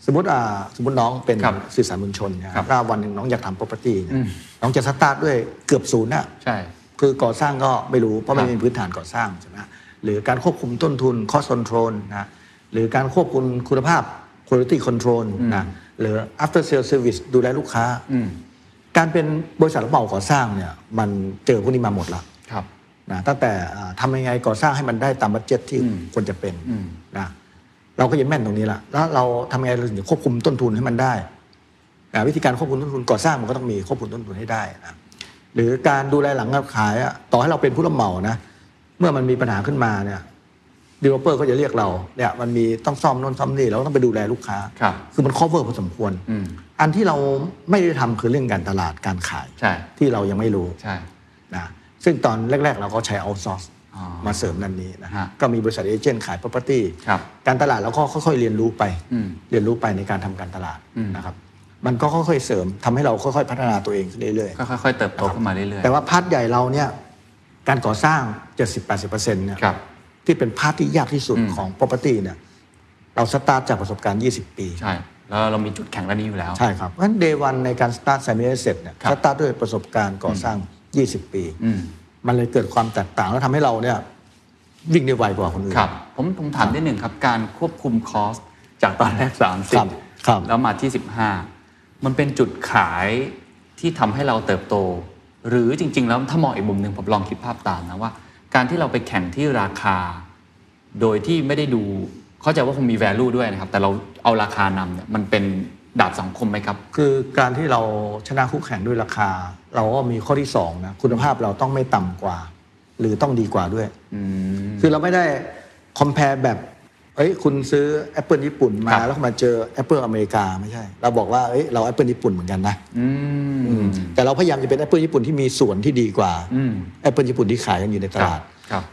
สมมติอ่าสมมติน้องเป็น ครับ สื่อสารมวลชนนะครับ ถ้าวันหนึ่งน้องอยากทำ property เนี่ย อืม น้องจะสตาร์ทด้วยเกือบศูนย์น่ะ ใช่ คือก่อสร้างก็ไม่รู้คเพรั ราะ บ ไม่มีพื้นฐานก่อสร้างใช่ไหมหรือการควบคุมต้นทุน cost control นะหรือการควบคุมคุณภาพ quality control นะหรือ after sale service ดูแลลูกค้า อืม การเป็นบริษัทรับเหมาก่อสร้างเนี่ยมันเจอพวกนี้มาหมดละ ครับ นะตั้งแต่อ่าทำยังไงก่อสร้างให้มันได้ตามบัตเจ็ตที่ อืม ควรจะเป็น อืม นะเราก็ยังแม่นตรงนี้ละแล้วเราทำยังไงเราถึงจะควบคุมต้นทุนให้มันได้ อ่าวิธีการควบคุมต้นทุนก่อสร้างมันก็ต้องมีควบคุมต้นทุนให้ได้นะหรือการดูแลหลังการขายอะต่อให้เราเป็นผู้รับเหมานะเมื่อมันมีปัญหาขึ้นมาเนี่ยดีเวลอปเปอร์ก็จะเรียกเราเนี่ยมันมีต้องซ่อมโน่นซ่อมนี่เราก็ต้องไปดูแลลูกค้า ครับ คือมัน cover พอสมควร อืม อันที่เราไม่ได้ทำคือเรื่องการตลาดการขาย ใช่ ที่เรายังไม่รู้ ใช่ นะซึ่งตอนแรก ๆ เราก็ใช้ outsource อ๋อ มาเสริมนั่นนี้นะ ฮะ ก็มีบริษัทเอเจนต์ขาย property ครับ การตลาดเราก็ค่อยๆเรียนรู้ไป อืม เรียนรู้ไปในการทำการตลาด อืม นะครับ มันก็ค่อยๆเสริมทำให้เราค่อยๆพัฒนาตัวเองขึ้นเรื่อย ก็ค่อย ๆ เติบโตขึ้นมาเรื่อยๆๆแต่ว่าพาร์ทใหญ่เราเนี่ยการก่อสร้าง 70-80%เนี่ย ครับ ที่เป็นพาร์ทที่ยากที่สุด อืม ของ property เนี่ยเราสตาร์ทจากประสบการณ์ 20 ปี ใช่ แล้วเรามีจุดแข็งด้านนี้อยู่แล้ว ใช่ครับเพราะฉะนั้น day one ในการสตาร์ท semi asset เนี่ย ครับ สตาร์ทด้วยประสบการณ์ก่อสร้าง 20 ปี อืม มันเลยเกิดความแตกต่างแล้วทำให้เราเนี่ยวิ่งได้ไวกว่าคนอื่น ครับ ผมผมถามได้หนึ่งครับ การควบคุมคอสจากตอนแรก ครับครับ 30 แล้วมาที่ 15 มันเป็นจุดขายที่ทำให้เราเติบโต หรือจริง ๆ แล้วถ้ามองอีกมุมหนึ่งผมลองคิดภาพตามนะว่า การที่เราไปแข่งที่ราคา โดยที่ไม่ได้ดูเข้าใจว่าคงมี value ด้วยนะครับ แต่เราเอาราคานำเนี่ยมันเป็นดาบสังคมไหมครับ คือการที่เราชนะคู่แข่งด้วยราคา เราก็มีข้อที่สองนะคุณภาพเราต้องไม่ต่ำกว่า หรือต้องดีกว่าด้วย อืม คือเราไม่ได้คอมเพลแบบเอ้ยคุณซื้อ Apple ญี่ปุ่น ครั มา บ แล้วมาเจอ Apple อเมริกาไม่ใช่ เราบอกว่าเอ้ยเรา Apple ญี่ปุ่นเหมือนกันนะ อืม แต่เราพยายามจะเป็น Apple ญี่ปุ่นที่มีส่วนที่ดีกว่า อืม Apple ญี่ปุ่นที่ขายกันอยู่ในตลาด ครับ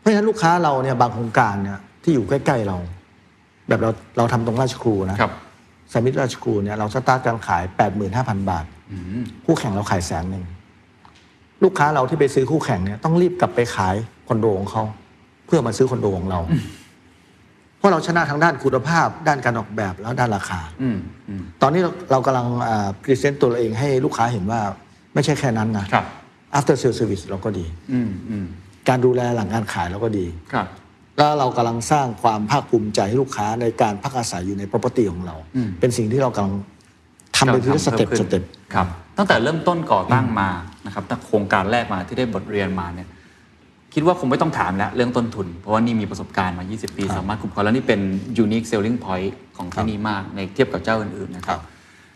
เพราะฉะนั้นลูกค้าเราเนี่ยบางโครงการเนี่ยที่อยู่ใกล้ๆเรา แบบเราเราทำตรงราชครูนะครับ สมิธราชครูเนี่ยเราสตาร์ทการขาย 85,000 บาท อืม คู่แข่งเราขายแสนหนึ่งลูกค้าเราที่ไปซื้อคู่แข่งเนี่ยต้องรีบกลับไปขายคอนโดของเขาเพื่อมาซื้อคอนโดของเรา เพราะเราชนะทางด้านคุณภาพ ด้านการออกแบบแล้วด้านราคา อืมอืม ตอนนี้เราเรากำลังพรีเซนต์ตัวเราเองให้ลูกค้าเห็นว่าไม่ใช่แค่นั้นนะ ครับ after sale service เราก็ดี อืมอืม การดูแลหลังการขายเราก็ดี ครับ แล้วเรากำลังสร้างความภาคภูมิใจให้ลูกค้าในการพักอาศัยอยู่ใน property ของเรา อืม เป็นสิ่งที่เรากำลังทำไปทีละสเต็ป พิ่ม ส ขึ้น เต็ป ครับ ตั้งแต่เริ่มต้นก่อตั้งมานะครับตั้งโครงการแรกมาที่ได้บทเรียนมาเนี่ย คิดว่าคงไม่ต้องถามแล้วเรื่องต้นทุน เพราะว่านี่มีประสบการณ์มา 20 ปี สามารถคุมเขาแล้วนี่เป็น unique selling point ของที่นี่มากในเทียบกับเจ้าอื่นๆนะครั ครับ บ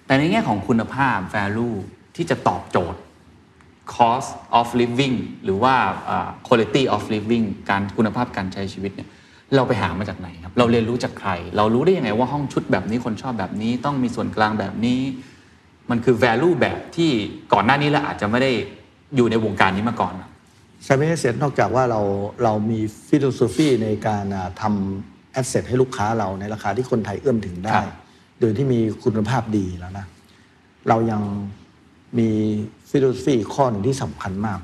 แต่ในแง่ของคุณภาพ value ที่จะตอบโจทย์ cost of living หรือว่าเอ่อ quality of living การคุณภาพการใช้ชีวิตเนี่ยเราไปหามาจากไหนครับ เราเรียนรู้จากใคร เรารู้ได้ยังไงว่าห้องชุดแบบนี้คนชอบแบบนี้ต้องมีส่วนกลางแบบนี้ มันคือ value แบบที่ก่อนหน้านี้เราอาจจะไม่ได้อยู่ในวงการนี้มาก่อนอะ ใช้ไม่ได้เสร็จนอกจากว่าเราเรามีฟิโลโซฟีในการอ่าทำแอสเซทให้ลูกค้าเราในราคาที่คนไทยเอื้อมถึงได้ ครับ โดยที่มีคุณภาพดีแล้วนะ เรายังมีฟิโลโซฟีข้อหนึ่งที่สำคัญมาก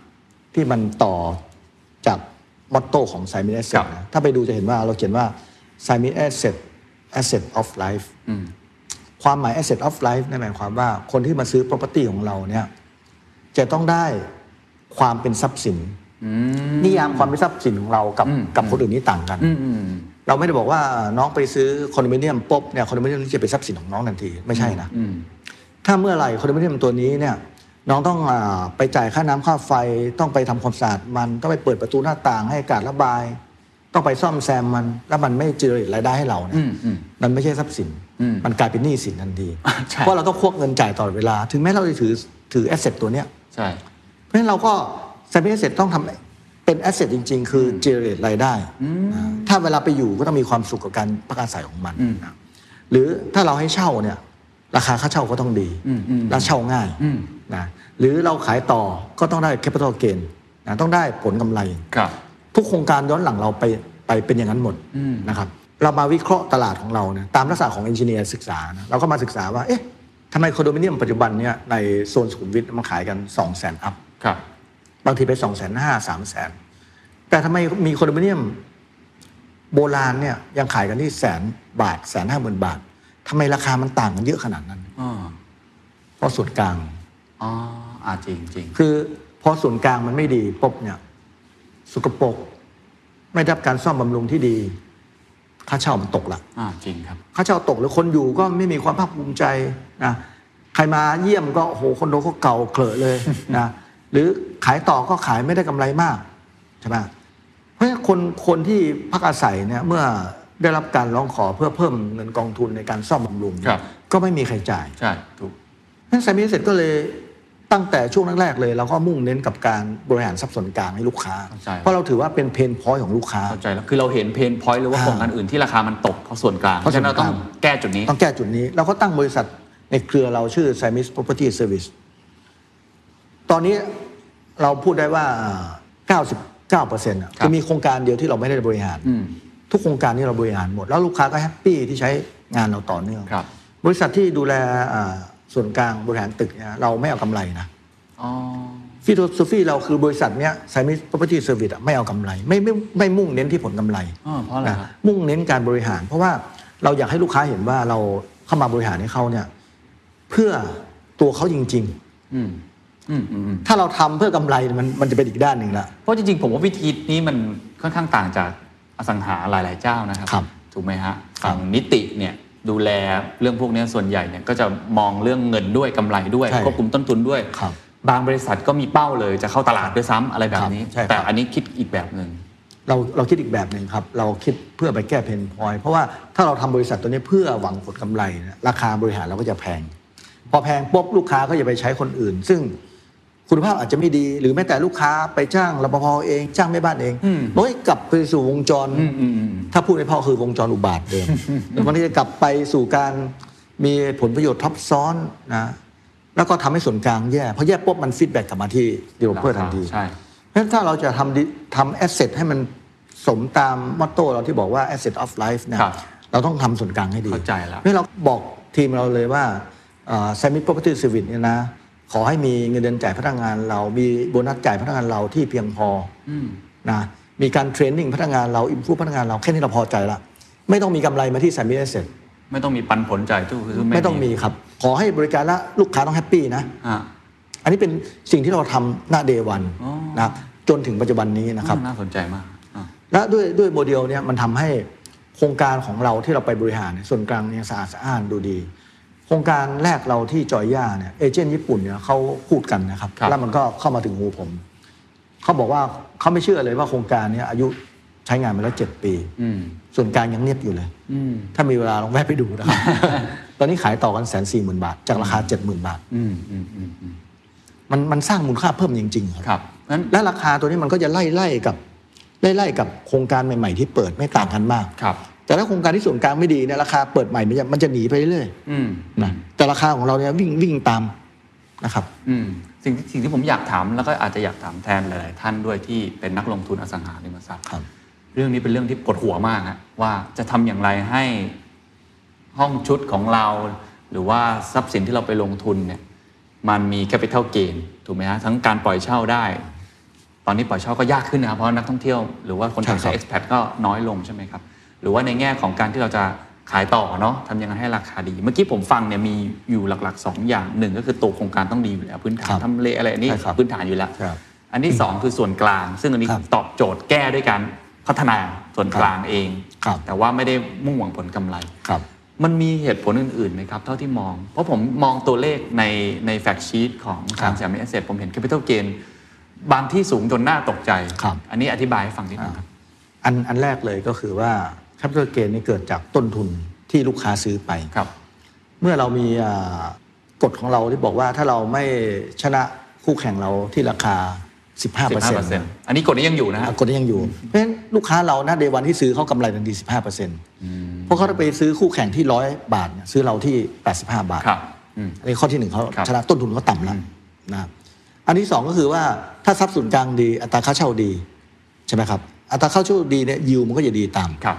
ที่มันต่อจากมอตโต้ของไซมิ a อสเซทนะถ้าไปดูจะเห็นว่าเราเขียนว่าไซมิ a อสเซทแอสเซทออฟไลฟ์ อืม ความหมาย asset of life นั่นหมายความว่าคนที่มาซื้อ property ของเราเนี่ยจะต้องได้ความเป็นทรัพย์สินนิยามความเป็นทรัพย์สินของเรากับ อืม กับคนอื่นนี่ต่างกัน อืมอืม เราไม่ได้บอกว่าน้องไปซื้อคอนโดมิเนียมปุ๊บเนี่ยคอนโดมิเนียมนี้จะเป็นทรัพย์สินของน้องทันทีไม่ใช่นะ อืม ถ้าเมื่อไหร่คอนโดมิเนียมตัวนี้เนี่ยน้องต้องอาไปจ่ายค่าน้ำค่าไฟ ต้องไปทำความสะอาดมัน ต้องไปเปิดประตูหน้าต่างให้อากาศระบาย ต้องไปซ่อมแซมมัน แล้วมันไม่เจอรายได้ให้เราเนี่ อื ย มอืม มันไม่ใช่ทรัพย์สิน อืม มันกลายเป็นหนี้สินทันที ใช่ เพราะเราต้องควักเงินจ่ายตลอดเวลา ถึงแม้เราจะถือถือแอสเซทตัวเนี้ย ใช่ เพราะฉะนั้นเราก็สเปนแอสเซทต้องทำเป็นแอสเซทจริง ๆ คือเจเรตรายได้อ่าถ้าเวลาไปอยู่ก็ต้องมีความสุขกับการพักอาศัยของมัน อืม นะหรือถ้าเราให้เช่าเนี่ย ราคาค่าเช่าก็ต้องดี อืมอืม และเช่าง่าย อืม นะหรือเราขายต่อก็ต้องได้แคปิตอลเกนนะต้องได้ผลกำไร ครับ ทุกโครงการย้อนหลังเราไปไปเป็นอย่างนั้นหมด อืม นะครับ เรามาวิเคราะห์ตลาดของเราเนี่ยตามลักษณะของเอนจิเนียร์ศึกษานะเราก็มาศึกษาว่า เอ๊ะทำไมคอนโดมิเนียมปัจจุบันเนี่ยในโซนสุขุมวิทมันขายกัน 2 0 0 0 0 0 อัพ ครับ บางทีไป 2 5 0 0 0 0 3 0 0 0 แต่ทำไมมีคอนโดมิเนียมโบราณเนี่ยยังขายกันที่แสนบาทแสนห้าหมื่นบาททำไมราคามันต่างกันเยอะขนาดนั้น อ๋อ เพราะส่วนกลาง อ๋ออ่าจริงจริง คือพอส่วนกลางมันไม่ดีปุ๊บเนี่ยสกปรกไม่ได้รับการซ่อมบำรุงที่ดี ค่าเช่ามันตกละ อ่าจริงครับ ค่าเช่าตกหรือคนอยู่ก็ไม่มีความภาคภูมิใจนะใครมาเยี่ยมก็โอ้โหคอนโดก็เก่าเกลอะเลย นะหรือขายต่อก็ขายไม่ได้กำไรมากใช่ไหมเพราะฉะนั้นคนคนที่พักอาศัยเนี่ยเมื่อได้รับการร้องขอเพื่อเพิ่มเงินกองทุนในการซ่อมบำรุง ครับ ก็ไม่มีใครจ่าย ใช่ถูก เพราะฉะนั้นสายมินิเซ็ตก็เลยตั้งแต่ช่วงแรกๆเลย เราก็มุ่งเน้นกับการบริหารทรัพย์ส่วนกลางให้ลูกค้า เข้าใจ เพราะเราถือว่าเป็นเพนพอยต์ของลูกค้า เข้าใจแล้ว คือเราเห็นเพนพอยต์หรือว่า อ่า ของอันอื่นที่ราคามันตกเพราะส่วนกลางเพ เพ ราะ ราะ ฉะ ส่ นั้ วนน เราต้กลา อง งแก้จุดนี้ ต้องแก้จุดนี้ เราก็ตั้งบริษัทในเครือเราชื่อ s i m i s Property Service ตอนนี้เราพูดได้ว่า 99%อะ ครับ จะมีโครงการเดียวที่เราไม่ได้บริหาร อืม ทุกโครงการนี้เราบริหารหมด แล้วลูกค้าก็แฮปปี้ที่ใช้งานเราต่อเนื่อง ครับ บริษัทที่ดูแลอ่าส่วนกลางบริหารตึกเนี่ยเราไม่เอากำไรนะ อ๋อ ฟิโ o โซฟีเราคือบริษัทเนี้ย s i m i s Property Service อะไม่เอากำไร ไม่ไม่ไม่มุ่งเน้นที่ผลกำไร อ้อเพราะอะไรครับ นมุ่งเน้นการบริหาร เพราะว่าเราอยากให้ลูกค้าเห็นว่าเราเข้ามาบริหารให้เขาเนี่ยเพื่อตัวเขาจริง อืมอืมอืมอืม ๆ ถ้าเราทำเพื่อกำไรมันมันจะเป็นอีกด้านหนึ่งละ เพราะจริงๆ ผมว่าวิธีนี้มันค่อนข้างต่างจากอสังหาหลาย ๆ เจ้านะครับ ครับ ถูกไหมฮะ ครับ ฝั่งนิติเนี่ยดูแลเรื่องพวกเนี้ยส่วนใหญ่เนี่ยก็จะมองเรื่องเงินด้วยกำไรด้วย ใช่ ควบคุมต้นทุนด้วย ครับ บางบริษัทก็มีเป้าเลยจะเข้าตลาดด้วยซ้ำอะไรแบบนี้ ครับใช่ครับ แต่อันนี้คิดอีกแบบหนึ่ง เราเราคิดอีกแบบหนึ่งครับ เราคิดเพื่อไปแก้เพนพอยเพราะว่าถ้าเราทำบริษัทตัวนี้เพื่อหวังผลกำไรนะราคาบริหารเราก็จะแพง พอแพงปุ๊บลูกค้าก็จะไปใช้คนอื่น ซึ่งคุณภาพอาจจะไม่ดี หรือแม้แต่ลูกค้าไปจ้างรปภเองจ้างแม่บ้านเอง อืม มันก็กลับไปสู่วงจร อืมอืมอืม ถ้าพูดในพ่อคือวงจรอุบาทเดิมมันก็จะกลับไปสู่การมีผลประโยชน์ทับซ้อนนะแล้วก็ทำให้ส่วนกลางแย่พอแย่ปุ๊บมันฟีดแบ็กกลับมาที่ดีลเปอร์ทันที ใช่ เพราะฉะนั้นถ้าเราจะทำดิทำแอสเซทให้มันสมตามมอตโต้เราที่บอกว่า asset of life เนี่ย ครับ เราต้องทำส่วนกลางให้ดี เข้าใจแล้ว นี่เราบอกทีมเราเลยว่าไซมิ property service เนี่ยนะ ขอให้มีเงินเดือนจ่ายพนักงานเรามีโบนัสจ่ายพนักงานเราที่เพียงพอ อืม นะมีการเทรนนิ่งพนักงานเราอินฟูพนักงานเราแค่นี้เราพอใจละไม่ต้องมีกำไรมาที่ s ซมิ asset ไม่ต้องมีปันผลจ่ายตู้คือ ไม่ต้องมีครับ ขอให้บริการและลูกค้าต้องแฮปปี้นะ อ่ะ อันนี้เป็นสิ่งที่เราทำหน้าเดวัน อ๋อ นะครับจนถึงปัจจุบันนี้นะครับ น่าสนใจมากอ่ะ และด้วยด้วยโมเดลเนี่ยมันทำให้โครงการของเราที่เราไปบริหารเนี่ยส่วนกลางเนี่ยสะอาดสะอ้านดูดี โครงการแรกเราที่จอยย่าเนี่ยเอเจนต์ญี่ปุ่นเนี่ยเขาพูดกันนะครับ ครับ แล้วมันก็เข้ามาถึงหูผม เขาบอกว่าเขาไม่เชื่อเลยว่าโครงการเนี้อายุใช้งานมาแล้วเจ็ดปี อืม ส่วนกลางยังเงียบอยู่เลย อืม ถ้ามีเวลาลองแวะไปดูนะครับ ตอนนี้ขายต่อกันแสนสี่หมื่นบาท จากราคาเจ็ดหมื่นบาท อืมอืมอืมอืม มันมันสร้างมูลค่าเพิ่มจริงๆครับ ครับงั้น และราคาตัวนี้มันก็จะไล่ไล่กับไล่ไล่กับโครงการใหม่ ๆ ที่เปิดไม่ต่างกันมาก ครับ แต่ถ้าโครงการที่ส่วนกลางไม่ดีเนี่ยราคาเปิดใหม่มันจะมันจะหนีไปเรื่อย อืม ๆนะแต่ราคาของเราเนี่ยวิ่งวิ่งตามนะครับ อืมสิ่งที่สิ่งที่ผมอยากถามแล้วก็อาจจะอยากถามแทนหลาย ๆ ท่านด้วยที่เป็นนักลงทุนอสังหาริมทรัพย์ ครับ เรื่องนี้เป็นเรื่องที่ปวดหัวมากฮะว่าจะทำอย่างไรให้ห้องชุดของเรา หรือว่าทรัพย์สินที่เราไปลงทุนเนี่ยมันมีแคปิต a ลเกนถูกไหมฮะทั้งการปล่อยเช่าได้ ตอนนี้ปล่อยเช่าก็ยากขึ้นนะครับเพราะนักท่องเที่ยวหรือว่าคน ใช่ ทำ ครั ใช้ บ เอ็กซ์แพดก็น้อยลงใช่ไหมครับ หรือว่าในแง่ของการที่เราจะขายต่อเนาะทำยังไงให้ราคาดี เมื่อกี้ผมฟังเนี่ยมีอยู่หลักๆสองอย่างหนึ่งก็คือตัวโครงการต้องดีอยู่แล้วพื้นฐาน ครับ ทำเลอะไรอันนี้ ใช่ครับ พื้นฐานอยู่แล้ว ครับ อันที่สองคือส่วนกลาง ซึ่งอันนี้ ครับ ตอบโจทย์แก้ด้วยการพัฒนาส่วนกลางเอง ครับ แต่ว่าไม่ได้มุ่งหวังผลกำไร ครับ มันมีเหตุผลอื่นๆไหมครับ เท่าที่มอง เพราะผมมองตัวเลขในในแฟกชีตของ คทารับ งสยามเอเซทผมเห็นแคปิตอลเกนบางที่สูงจนน่าตกใจ ครับ อันนี้อธิบายให้ฟังนิดหนึงครับ อันอันแรกเลยก็คือว่า capital gain นี่เกิดจากต้นทุนที่ลูกค้าซื้อไป ครับ เมื่อเรามีอ่ากฎของเราที่บอกว่าถ้าเราไม่ชนะคู่แข่งเราที่ราคา 15%เ 15%อันนี้กฎนี้ยังอยู่นะฮะ กฎนี้ยังอยู่ เพราะฉะนั้นลูกค้าเรานะเดวันที่ซื้อเขากำไรทันที 15%เพราะเขาไปซื้อคู่แข่งที่ 100 บาทเนี่ยซื้อเราที่ 85 บาท ครับอืม อันนี้ข้อที่หนึ่งเขา ครับ ชนะต้นทุนเขาต่ำแล้วนะครับอันที่สองก็คือว่าถ้าทรัพย์ส่วนกลางดี อัตราค่าเช่าดีใช่ไหมครับอัตราค่าเช่าดีเนี่ยยิวมันก็จะดีตาม ครับ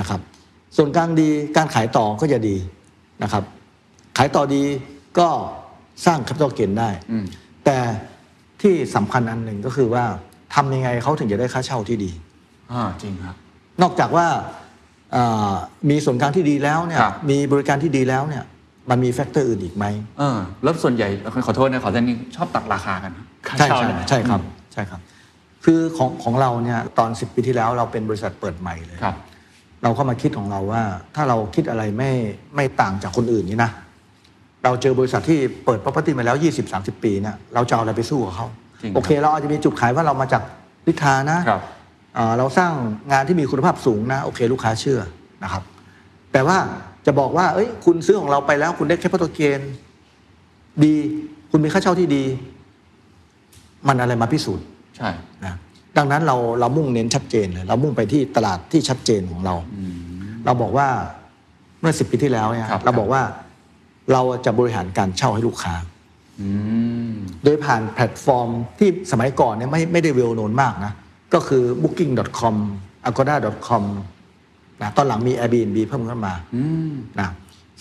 นะครับส่วนกลางดีการขายต่อก็จะดีนะครับ ขายต่อดีก็สร้างคัพตอเกนได้ อืม แต่ที่สำคัญอันหนึ่งก็คือว่าทำยังไงเขาถึงจะได้ค่าเช่าที่ดี อ่าจริงครับ นอกจากว่าเอ่อมีส่วนกลางที่ดีแล้วเนี่ย ครับ มีบริการที่ดีแล้วเนี่ยมันมีแฟกเตอร์อื่นอีกไหม เออแล้วส่วนใหญ่ขอโทษนะขอโทษนี่ชอบตัดราคากันค่า ใช่ เา ใช่ เนี่ย ใช่ครับใช่ครับ คือของของเราเนี่ยตอน 10 ปีที่แล้วเราเป็นบริษัทเปิดใหม่เลย ครับ เราก็มาคิดของเราว่า ถ้าเราคิดอะไรไม่ไม่ต่างจากคนอื่นนี่นะเราเจอบริษัทที่เปิด property มาแล้ว 20 30 ปีเนี่ยเราจะเอาอะไรไปสู้กับเขา จริงครับ โอเคเราอาจจะมีจุดขายว่าเรามาจากลิทานะครับ เอ่อเราสร้างงานที่มีคุณภาพสูงนะโอเคลูกค้าเชื่อนะครับ แต่ว่าจะบอกว่าเอ้ยคุณซื้อของเราไปแล้วคุณได้แค่พัตเกน ดีคุณมีค่าเช่าที่ดี มันอะไรมาพิสูจน์ ใช่ นะดังนั้นเราเรามุ่งเน้นชัดเจนเลยเรามุ่งไปที่ตลาดที่ชัดเจนของเรา เราบอกว่าเมื่อสิบปีที่แล้วเนี่ย ครับ เราบอกว่าเราจะบริหารการเช่าให้ลูกค้า อืม โดยผ่านแพลตฟอร์มที่สมัยก่อนเนี่ยไม่ไม่ได้เวลโนนมากนะ ก็คือ booking.com agoda.com นะตอนหลังมี Airbnb เพิ่มเข้ามา อืม นะ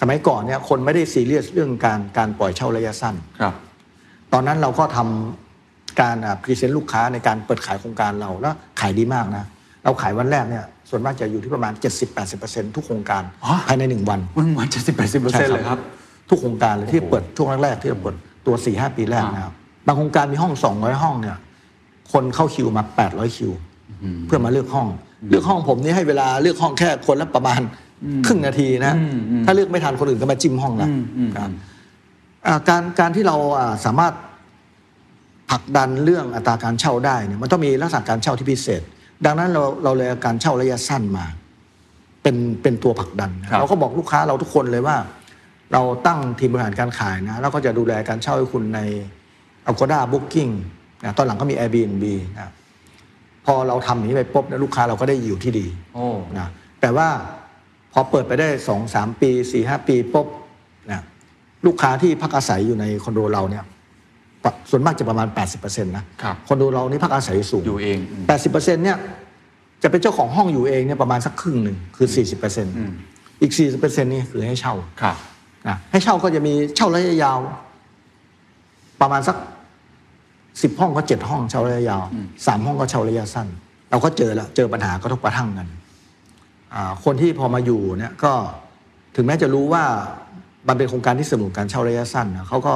สมัยก่อนเนี่ยคนไม่ได้ซีเรียสเรื่องการการปล่อยเช่าระยะสั้น ครับ ตอนนั้นเราก็ทำการพรีเซนต์ลูกค้าในการเปิดขายโครงการเราแล้วขายดีมากนะ เราขายวันแรกเนี่ยส่วนมากจะอยู่ที่ประมาณ 70-80%ทุกโครงการ ฮะ ภายใน 1 วัน มันมันจะสิบแปดสิบเปอร์เซ็นต์เลยครับ ทุกโครงการเลยที่ โอ้โห เปิดช่วงแรกๆที่เราเปิดตัว 4-5 ปีแรก อ่าน นะครับบางโครงการมีห้อง 200 ห้องเนี่ยคนเข้าคิวมา 800 คิว เพื่อมาเลือกห้อง เลือกห้องผมนี่ให้เวลาเลือกห้องแค่คนละประมาณครึ่งนาทีนะ ถ้าเลือกไม่ทันคนอื่นก็มาจิ้มห้องละ อืมอืม ครับ อ่าการการที่เราอ่าสามารถผลักดันเรื่องอัตราการเช่าได้เนี่ยมันต้องมีลักษณะการเช่าที่พิเศษ ดังนั้นเราเราเลยเอาการเช่าระยะสั้นมา เป็นเป็นตัวผลักดันนะครับ เราก็บอกลูกค้าเราทุกคนเลยว่า เราตั้งทีมบริหารการขายนะแล้วก็จะดูแลการเช่าให้คุณใน Agoda Booking นะตอนหลังก็มี Airbnb นะพอเราทำอย่างนี้ไปปุ๊บเนี่ยลูกค้าเราก็ได้อยู่ที่ดี โอ้ นะแต่ว่าพอเปิดไปได้สองสามปีสี่ห้าปีปุ๊บนะลูกค้าที่พักอาศัยอยู่ในคอนโดเราเนี่ยปะส่วนมากจะประมาณ 80%นะครับ อนโดเรานี่พักอาศัยสูง อยู่เองอืม 80%เนี่ยจะเป็นเจ้าของห้องอยู่เองเนี่ยประมาณสักครึ่งหนึ่งคือ 40% ม อีก 40%นี่คือให้เช่า ครับ นะให้เช่าก็จะมีเช่าระยะยาว ประมาณสัก 10 ห้องก็ 7 ห้องเช่าระยะยาวสามห้องก็เช่าระยะสั้น เราก็เจอละเจอปัญหากระทบกระทั่งกัน อ่าคนที่พอมาอยู่เนี่ยก็ถึงแม้จะรู้ว่ามันเป็นโครงการที่สนุนการเช่าระยะสั้นนะเขาก็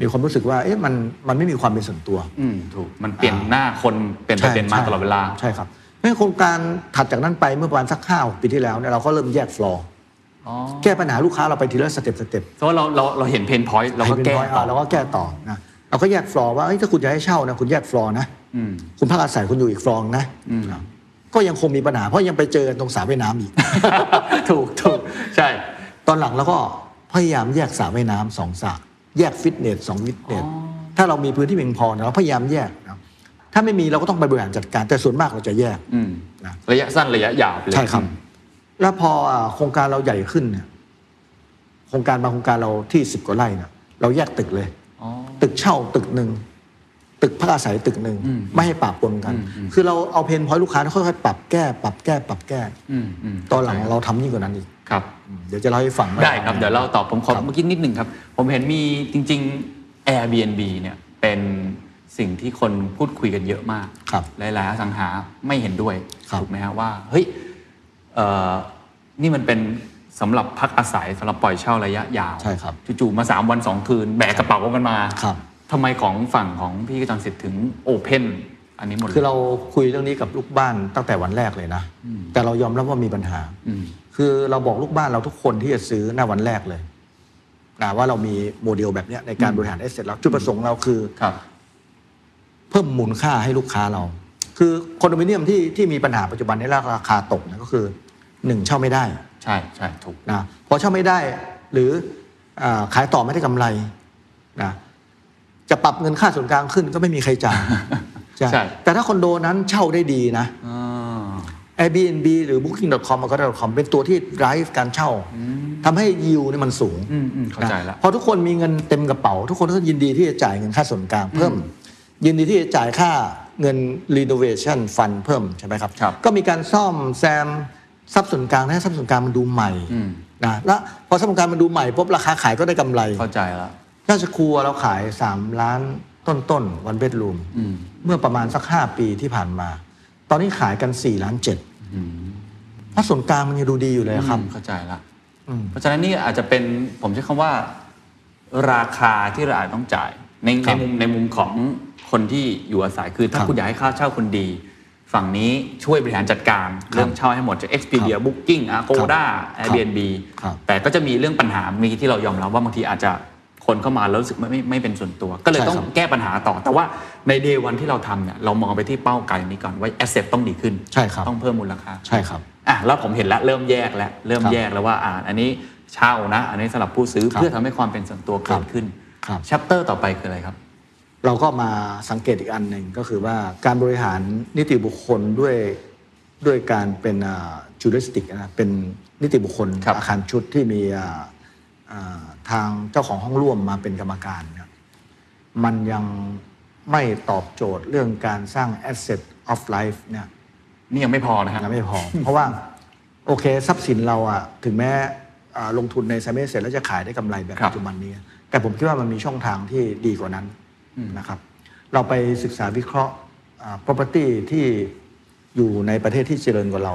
มีความรู้สึกว่าเอ๊ะมันมันไม่มีความเป็นส่วนตัว อืม ถูก มันเปลี่ยนหน้าคนเปลี่ยนไปเปลี่ยนมา ใช่ ตลอดเวลา ใช่ครับงั้นโครงการถัดจากนั้นไปเมื่อประมาณสักห้าปีที่แล้วเนี่ยเราก็เริ่มแยกฟลอร์ อ๋อ แก้ปัญหาลูกค้าเราไปทีละสเต็ปสเต็ป เพราะว่าเราเราเราเห็นเพนพอยต์เราก็แก้ ให้ป็นร้อยอ่ะเราก็แก้ต่อนะเราก็แยกฟลอร์ว่าเอ้ยถ้าคุณจะให้เช่านะคุณแยกฟลอร์นะ อืม คุณพักอาศัยคุณอยู่อีกฟลอร์นะครับก็ยังคงมีปัญหาเพราะยังไปเจอกันตรงสระว่ายน้ำอีก ถูกถูกใช่ ตอนหลังเราก็พยายามแยกสระว่ายน้ำสองสระแยกฟิตเนสสองฟิตเนสถ้าเรามีพื้นที่เพียงพอนะเราพยายามแยกนะถ้าไม่มีเราก็ต้องไปบริหารจัดการแต่ส่วนมากเราจะแยก อืม นะ ระยะสั้นระยะยาวไปเลย ใช่ครับ แล้วพอโครงการเราใหญ่ขึ้นเนี่ยโครงการบางโครงการเราที่สิบกว่าไร่เนี่ยเราแยกตึกเลย อ๋อ ตึกเช่าตึกหนึ่งตึกพักอาศัยตึกหนึ่ง อืม ไม่ให้ปะปนกัน อืมอืม คือเราเอาเพนพอยต์ลูกค้าค่อยๆปรับแก้ปรับแก้ปรับแก้ อืมอืม ตอนหลังเราทำยิ่งกว่านั้นอีก ครับ อืมเดี๋ยวจะเล่าให้ฟังว่า ได้ครับ เดี๋ยวเราตอบผมขอ ครับ เมื่อกี้นิดหนึ่งครับ ผมเห็นมีจริง ๆ Airbnb เนี่ยเป็นสิ่งที่คนพูดคุยกันเยอะมาก ครับ หลายๆอสังหาไม่เห็นด้วย ครับ ถูกไหมฮะว่า เฮ้ยเอ่อนี่มันเป็นสำหรับพักอาศัยสำหรับปล่อยเช่าระยะยาว ใช่ครับ จู่ๆมา 3 วัน 2 คืน แบกกระเป๋ากันมา ครับ ทำไมของฝั่งของพี่กระจันสิทธิ์ถึงโอเพนอันนี้หมดลย คือเราคุยเรื่องนี้กับลูกบ้านตั้งแต่วันแรกเลยนะ แต่เรายอมรับว่ามีปัญหา อืม คือเราบอกลูกบ้านเราทุกคนที่จะซื้อหน้าวันแรกเลยนะว่าเรามีโมเดลแบบเนี้ยในการ อืม บริหาร a อ s เ t เราจุดประสงค์เราคือ ครับ เพิ่มมูลค่าให้ลูกค้าเรา คือคอนโดมิเนียมที่ที่มีปัญหาปัจจุบันในราคาตกนะก็คือหนึ่งเช่าไม่ได้ ใช่ใช่ถูก นะพอเช่าไม่ได้หรืออาขายต่อไม่ได้กำไรนะจะปรับเงินค่าส่วนกลางขึ้นก็ไม่มีใครจ่าย ใช่ แต่ถ้าคอนโดนั้นเช่าได้ดีนะ อ่า Airbnb หรือ Booking.com มันก็ .com เป็นตัวที่ drive การเช่าทำให้ยิวเนี่ยมันสูง อืมอืมเข้าใจละ นะพอทุกคนมีเงินเต็มกระเป๋า ทุกคนก็ยินดีที่จะจ่ายเงินค่าส่วนกลางเพิ่ม ยินดีที่จะจ่ายค่าเงิน renovation fund เพิ่มใช่ไหมครับ ครับ ก็มีการซ่อมแซมทรัพย์ส่วนกลางให้ทรัพย์ส่วนกลางมันดูใหม่ อืม นะแล้วพอทรัพย์ส่วนกลางมันดูใหม่ปุ๊บราคาขายก็ได้กำไร เข้าใจละ ราชครัวเราขาย 3 ล้านต้นๆวันเบดรูม อืม เมื่อประมาณสัก 5 ปีที่ผ่านมา ตอนนี้ขายกัน4ล้านเจ็ด อืม ถ้าส่วนกลางมันยังดูดีอยู่เลยครับ เข้าใจละ อืม เพราะฉะนั้นนี่อาจจะเป็นผมใช้คำว่าราคาที่เราอาจต้องจ่าย ใน ครั ใน บ มุมในมุมของคนที่อยู่อาศัยคือถ้า ครับ คุณอยากให้ค่าเช่าคุณดี ฝั่งนี้ช่วยบริหารจัดการ เรื่องเช่าให้หมดจาก Expedia ครับ Booking Agoda Airbnb ครับ แต่ก็จะมีเรื่องปัญหามีที่เรายอมรับว่าบางทีอาจจะคนเข้ามาแล้วรู้สึกไม่ไม่ไม่เป็นส่วนตัว ก็เลยต้องแก้ปัญหาต่อ แต่ว่าในเดวันที่เราทำเนี่ยเรามองไปที่เป้าไกลนี้ก่อนว่า asset ต้องดีขึ้น ใช่ครับ ต้องเพิ่มมูลค่า ใช่ครับ อ่ะแล้วผมเห็นแล้วเริ่มแยกแล้วเริ่ม ครับ แยกแล้วว่าอ่าอันนี้เช่านะ อันนี้สำหรับผู้ซื้อ ครับ เพื่อทำให้ความเป็นส่วนตัว ครั เกิ บ ดขึ้น ครับ ชัปเตอร์ต่อไปคืออะไรครับ เราก็มาสังเกตอีกอันหนึ่งก็คือว่าการบริหารนิติบุคคลด้วยด้วยการเป็นจูริสติกนะเป็นนิติบุคคล ครับ อาคารชุดที่มีอ่าอ่าทางเจ้าของห้องร่วมมาเป็นกรรมการเนี่ยมันยังไม่ตอบโจทย์เรื่องการสร้าง Asset of Life เนี่ย นี่ยังไม่พอนะฮะ ยังไม่พอ เพราะว่า โอเคทรัพย์สินเราอะถึงแม้อ่าลงทุนในไซเมเสร็จแล้วจะขายได้กำไรแบบ ครับ ปัจจุบันนี้ แต่ผมคิดว่ามันมีช่องทางที่ดีกว่านั้นนะครับ เราไปศึกษาวิเคราะห์อ่า property ที่อยู่ในประเทศที่เจริญกว่าเรา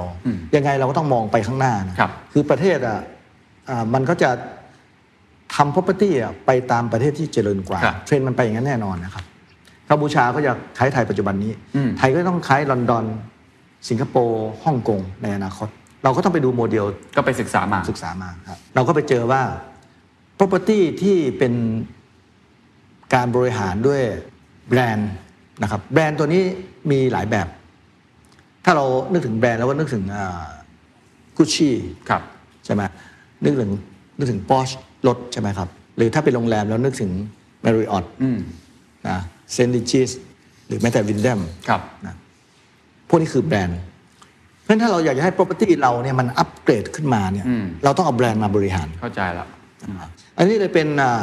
ยังไงเราก็ต้องมองไปข้างหน้านะ ครับ คือประเทศอ่ะอ่ามันก็จะทำ property อ่ะไปตามประเทศที่เจริญกว่า ครับ เทรนด์มันไปอย่างนั้นแน่นอนนะครับกัมพูชาก็จะคล้ายไทยปัจจุบันนี้ อืม ไทยก็ต้องคล้ายลอนดอน สิงคโปร์ฮ่องกงในอนาคต เราก็ต้องไปดูโมเดล ก็ไปศึกษามา ศึกษามาครับเราก็ไปเจอว่า property ที่เป็นการบริหารด้วยแบรนด์นะครับแบรนด์ตัวนี้มีหลายแบบ ถ้าเรานึกถึงแบรนด์แล้วก็นึกถึงกุชชี่า Gucci ครับ ใช่ไหมนึกถึงนึกถึงปอชรถใช่ไหมครับ หรือถ้าเป็นโรงแรมแล้วนึกถึงแมริออต อืม นะเซนดิจิสหรือแม้แต่วินเดม ครับ นะพวกนี้คือแบรนด์ เพราะฉะนั้นถ้าเราอยากจะให้ property เราเนี่ยมันอัปเกรดขึ้นมาเนี่ย อืม เราต้องเอาแบรนด์มาบริหาร เข้าใจละ อันนี้เลยเป็นอ่า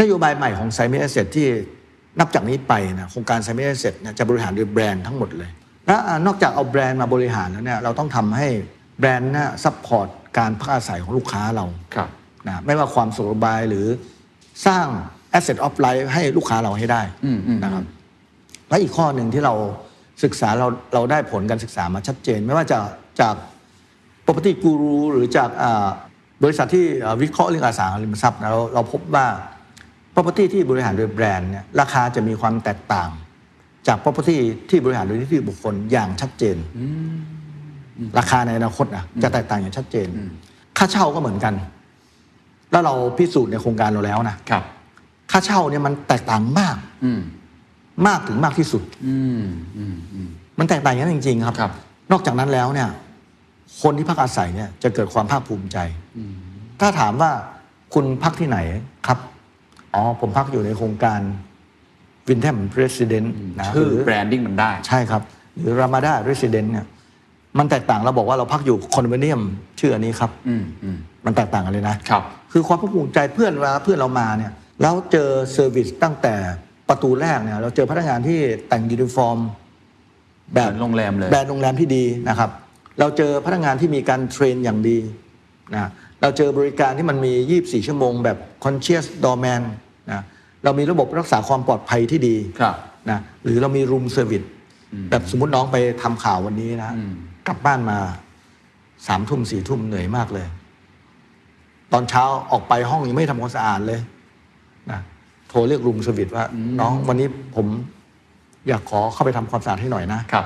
นโยบายใหม่ของไซมิเอเซที่นับจากนี้ไปนะโครงการไซมิเอเซเนี่ยจะบริหารโดยแบรนด์ทั้งหมดเลย และอ่านอกจากเอาแบรนด์มาบริหารแล้วเนี่ยเราต้องทำให้แบรนด์เนี่ยซัพพอร์ตการพักอาศัยของลูกค้าเรา ครับ นะไม่ว่าความสุขสบายหรือสร้าง Asset of Life ให้ลูกค้าเราให้ได้ อืมอืม นะครับ และอีกข้อหนึ่งที่เราศึกษาเราเราได้ผลการศึกษามาชัดเจน ไม่ว่าจะจาก property guru หรือจากอ่าบริษัทที่อ่าวิเคราะห์เรื่องอสังหาริมทรัพย์นะเราเราพบว่า property ที่บริหารโดยแบรนด์เนี่ยราคาจะมีความแตกต่าง จาก property ที่บริหารโดยนิติบุคคลอย่างชัดเจน ราคาในอนาคตนะจะแตกต่างอย่างชัดเจน ค่าเช่าก็เหมือนกัน แล้วเราพิสูจน์ในโครงการเราแล้วนะครับ ค่าเช่าเนี่ยมันแตกต่างมาก อืม มากถึงมากที่สุด อืมอืมอืม มันแตกต่างอย่างนั้นจริง ๆ ครับ ครับ นอกจากนั้นแล้วเนี่ย คนที่พักอาศัยเนี่ยจะเกิดความภาคภูมิใจ ถ้าถามว่าคุณพักที่ไหนครับ อ๋อ ผมพักอยู่ในโครงการวินเทมเรสซิเดนต์นะ ชื่อ หรื แบรนดิ้งมันได้ ใช่ครับ หรือรามาดาเรสซิเดนต์เนี่ย มันแตกต่างเราบอกว่าเราพักอยู่คอนโดมิเนียมชื่ออันนี้ครับ อืมอืม มันแตกต่างกันเลยนะ ครับ คือความภาคภูมิใจเพื่อนเวลาเพื่อนเรามาเนี่ยแล้วเจอเซอร์วิสตั้งแต่ประตูแรกเนี่ยเราเจอพนักงานที่แต่งยูนิฟอร์ม แบบ เหมือนโรงแรมเลย แบบโรงแรมที่ดีนะครับ เราเจอพนักงานที่มีการเทรนอย่างดีนะเราเจอบริการที่มันมี 24 ชั่วโมงแบบ conscious doorman นะเรามีระบบรักษาความปลอดภัยที่ดี ครับ นะหรือเรามี room service แบบสมมติน้องไปทำข่าววันนี้นะ อืม กลับบ้านมาสามทุ่มสี่ทุ่มเหนื่อยมากเลย ตอนเช้าออกไปห้องยังไม่ทำความสะอาดเลยนะโทรเรียกรูมสวิตว่า น้องวันนี้ผมอยากขอเข้าไปทำความสะอาดให้หน่อยนะครับ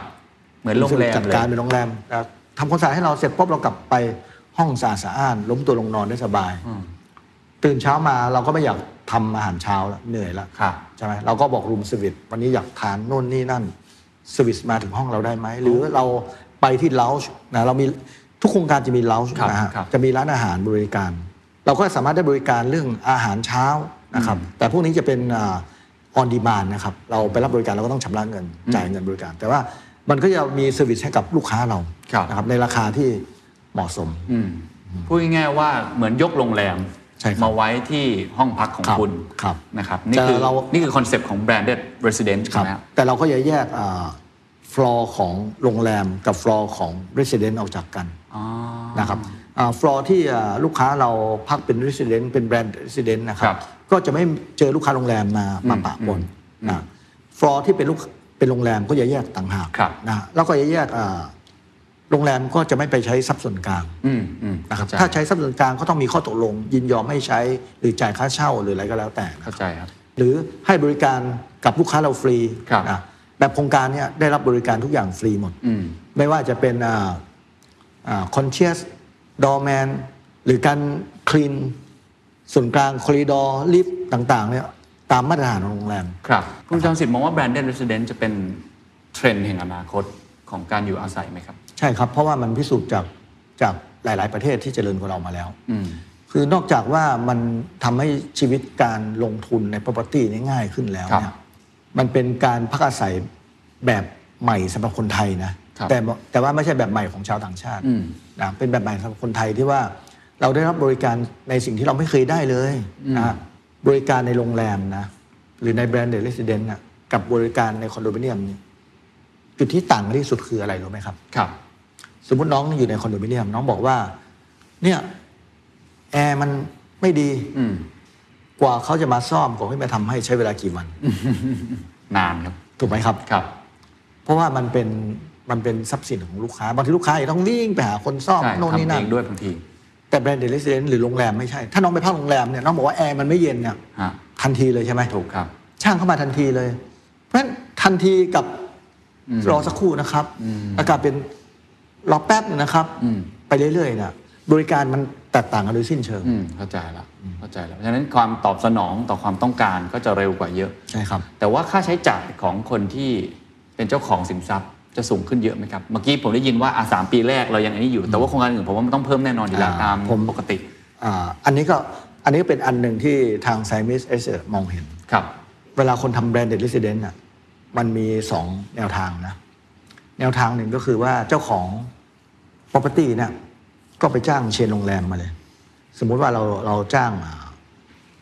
เหมือนโรงแรม จัด เลย การเป็นโรงแรมนะทำความสะอาดให้เราเสร็จปุ๊บเรากลับไปห้องสะอาดสะอ้านล้มตัวลงนอนได้สบาย อืม ตื่นเช้ามาเราก็ไม่อยากทำอาหารเช้าแล้วเหนื่อยแล้ว ครับ ใช่ไหมเราก็บอกรูมสวิตวันนี้อยากทานโน่นนี่นั่นสวิตมาถึงห้องเราได้ไหม หรือเราไปที่เลาช์นะเรามีทุกโครงการจะมีเลาช์ ครับ นะฮะ ครับ จะมีร้านอาหารบริการ เราก็สามารถได้บริการเรื่องอาหารเช้านะครับแต่พวกนี้จะเป็นออนดีมานนะครับเราไปรับบริการเราก็ต้องชำระเงินจ่ายเงินบริการ แต่ว่ามันก็จะมีเซอร์วิสให้กับลูกค้าเรา ครับ นะครับในราคาที่เหมาะสม อืมพูดง่ายๆว่าเหมือนยกโรงแรม ใช่ครับ มาไว้ที่ห้องพักของ ครับ คุณ ครับ นะครับ นี่คือ แต่เรา นี่คือคอนเซปต์ของ branded residence ครับ นะฮะ แต่เราก็จะแยกฟลอร์ของโรงแรมกับฟลอร์ของ Resident ออกจากกันนะครับฟลอร์ที่อ่าลูกค้าเราพักเป็น Resident เป็นแบรนด์ Resident นะครั ครับ บ ก็จะไม่เจอลูกค้าโรงแรมมามาปะปนนะฟลอร์ที่เป็นลูกเป็นโรงแรมก็จะแยกต่างหาก ครับ นะแล้วก็จะแยกอ่าโรงแรมก็จะไม่ไปใช้ทรัพย์ส่วนกลาง อืมอืม นะครับ เข้ ถ้า ใจ ใช้ทรัพย์ส่วนกลางก็ต้องมีข้อตกลง ยินยอมให้ใช้หรือจ่ายค่าเช่าหรืออะไรก็แล้วแต่นะครับ เข้าใจครับ หรือให้บริการกับลูกค้าเราฟรี ครับ นะแบบโครงการเนี่ยได้รับบริการทุกอย่างฟรีหมด อืม ไม่ว่าจะเป็นคอนเชียสดอแมนหรือการคลีนส่วนกลางคอริดอร์ลิฟต์ต่างๆเนี่ยตามมาตรฐานของโรงแรม ครับคุณจอมสิทธิ์มองว่า branded residence จะเป็นเทรนด์แห่งอนาคตของการอยู่อาศัยไหมครับ ใช่ครับ เพราะว่ามันพิสูจน์จากจากหลาย ๆ ประเทศที่เจริญกว่าเรามาแล้ว อืม คือนอกจากว่ามันทำให้ชีวิตการลงทุนใน property เนี่ยง่ายขึ้นแล้ว ครับ เนี่ยมันเป็นการพักอาศัยแบบใหม่สำหรับคนไทยนะครับ แต่บอกแต่ว่าไม่ใช่แบบใหม่ของชาวต่างชาติ อืม นะเป็นแบบใหม่สำหรับคนไทยที่ว่าเราได้รับบริการในสิ่งที่เราไม่เคยได้เลยนะบริการในโรงแรมนะหรือในแบรนด์เดลเลสเดนนะกับบริการในคอนโดมิเนียมเนี่ยจุดที่ต่างกันที่สุดคืออะไรรู้ไหมครับ ครับ สมมติน้องอยู่ในคอนโดมิเนียม น้องบอกว่า เนี่ยแอร์มันไม่ดี อืม กว่าเขาจะมาซ่อมกว่าเขาจะมาทำให้ใช้เวลากี่วัน นานครับ ถูกไหมครับ ครับ เพราะว่ามันเป็นมันเป็นทรัพย์สินของลูกค้าบางทีลูกค้าเองต้องวิ่งไปหาคนซ่อม ใช่ โน่นนี่ ทำเอ นั่น งด้วยบางที แต่แบรนด์เดลิเซนหรือโรงแรมไม่ใช่ ถ้าน้องไปพักโรงแรมเนี่ยน้องบอกว่าแอร์มันไม่เย็นเนี่ย ฮะ ทันทีเลยใช่ไหม ถูกครับ ช่างเข้ามาทันทีเลย เพราะฉะนั้นทันทีกับรอสักครู่นะครับ อากาศเป็นรอแป๊บหนึ่งนะครับ อืม ไปเรื่อยๆเนี่ยบริการมันแตกต่างกันโดยสิ้นเชิง อืมเข้าใจละเข้าใจละเพราะฉะนั้นความตอบสนองต่อความต้องการก็จะเร็วกว่าเยอะ ใช่ครับ แต่ว่าค่าใช้จ่ายของคนที่เป็นเจ้าของสินทรัพย์จะสูงขึ้นเยอะไหมครับ เมื่อกี้ผมได้ยินว่าอาสามปีแรกเรายังอันนี้อยู่ แต่ว่าโครงการอื่นผมว่ามันต้องเพิ่มแน่นอนอยู่แล้ว อ่า ตาม ผม ปกติ อ่าอันนี้ก็อันนี้ก็เป็นอันหนึ่งที่ทางไซมิสเอเมองเห็น ครับ เวลาคนทำแบรนด์เด r ลิ i เดนต์อ่ะมันมีสองแนวทางนะ แนวทางหนึ่งก็คือว่าเจ้าของ property เนี่ยก็ไปจ้างเชนโรงแรมมาเลย สมมุติว่าเราเราจ้าง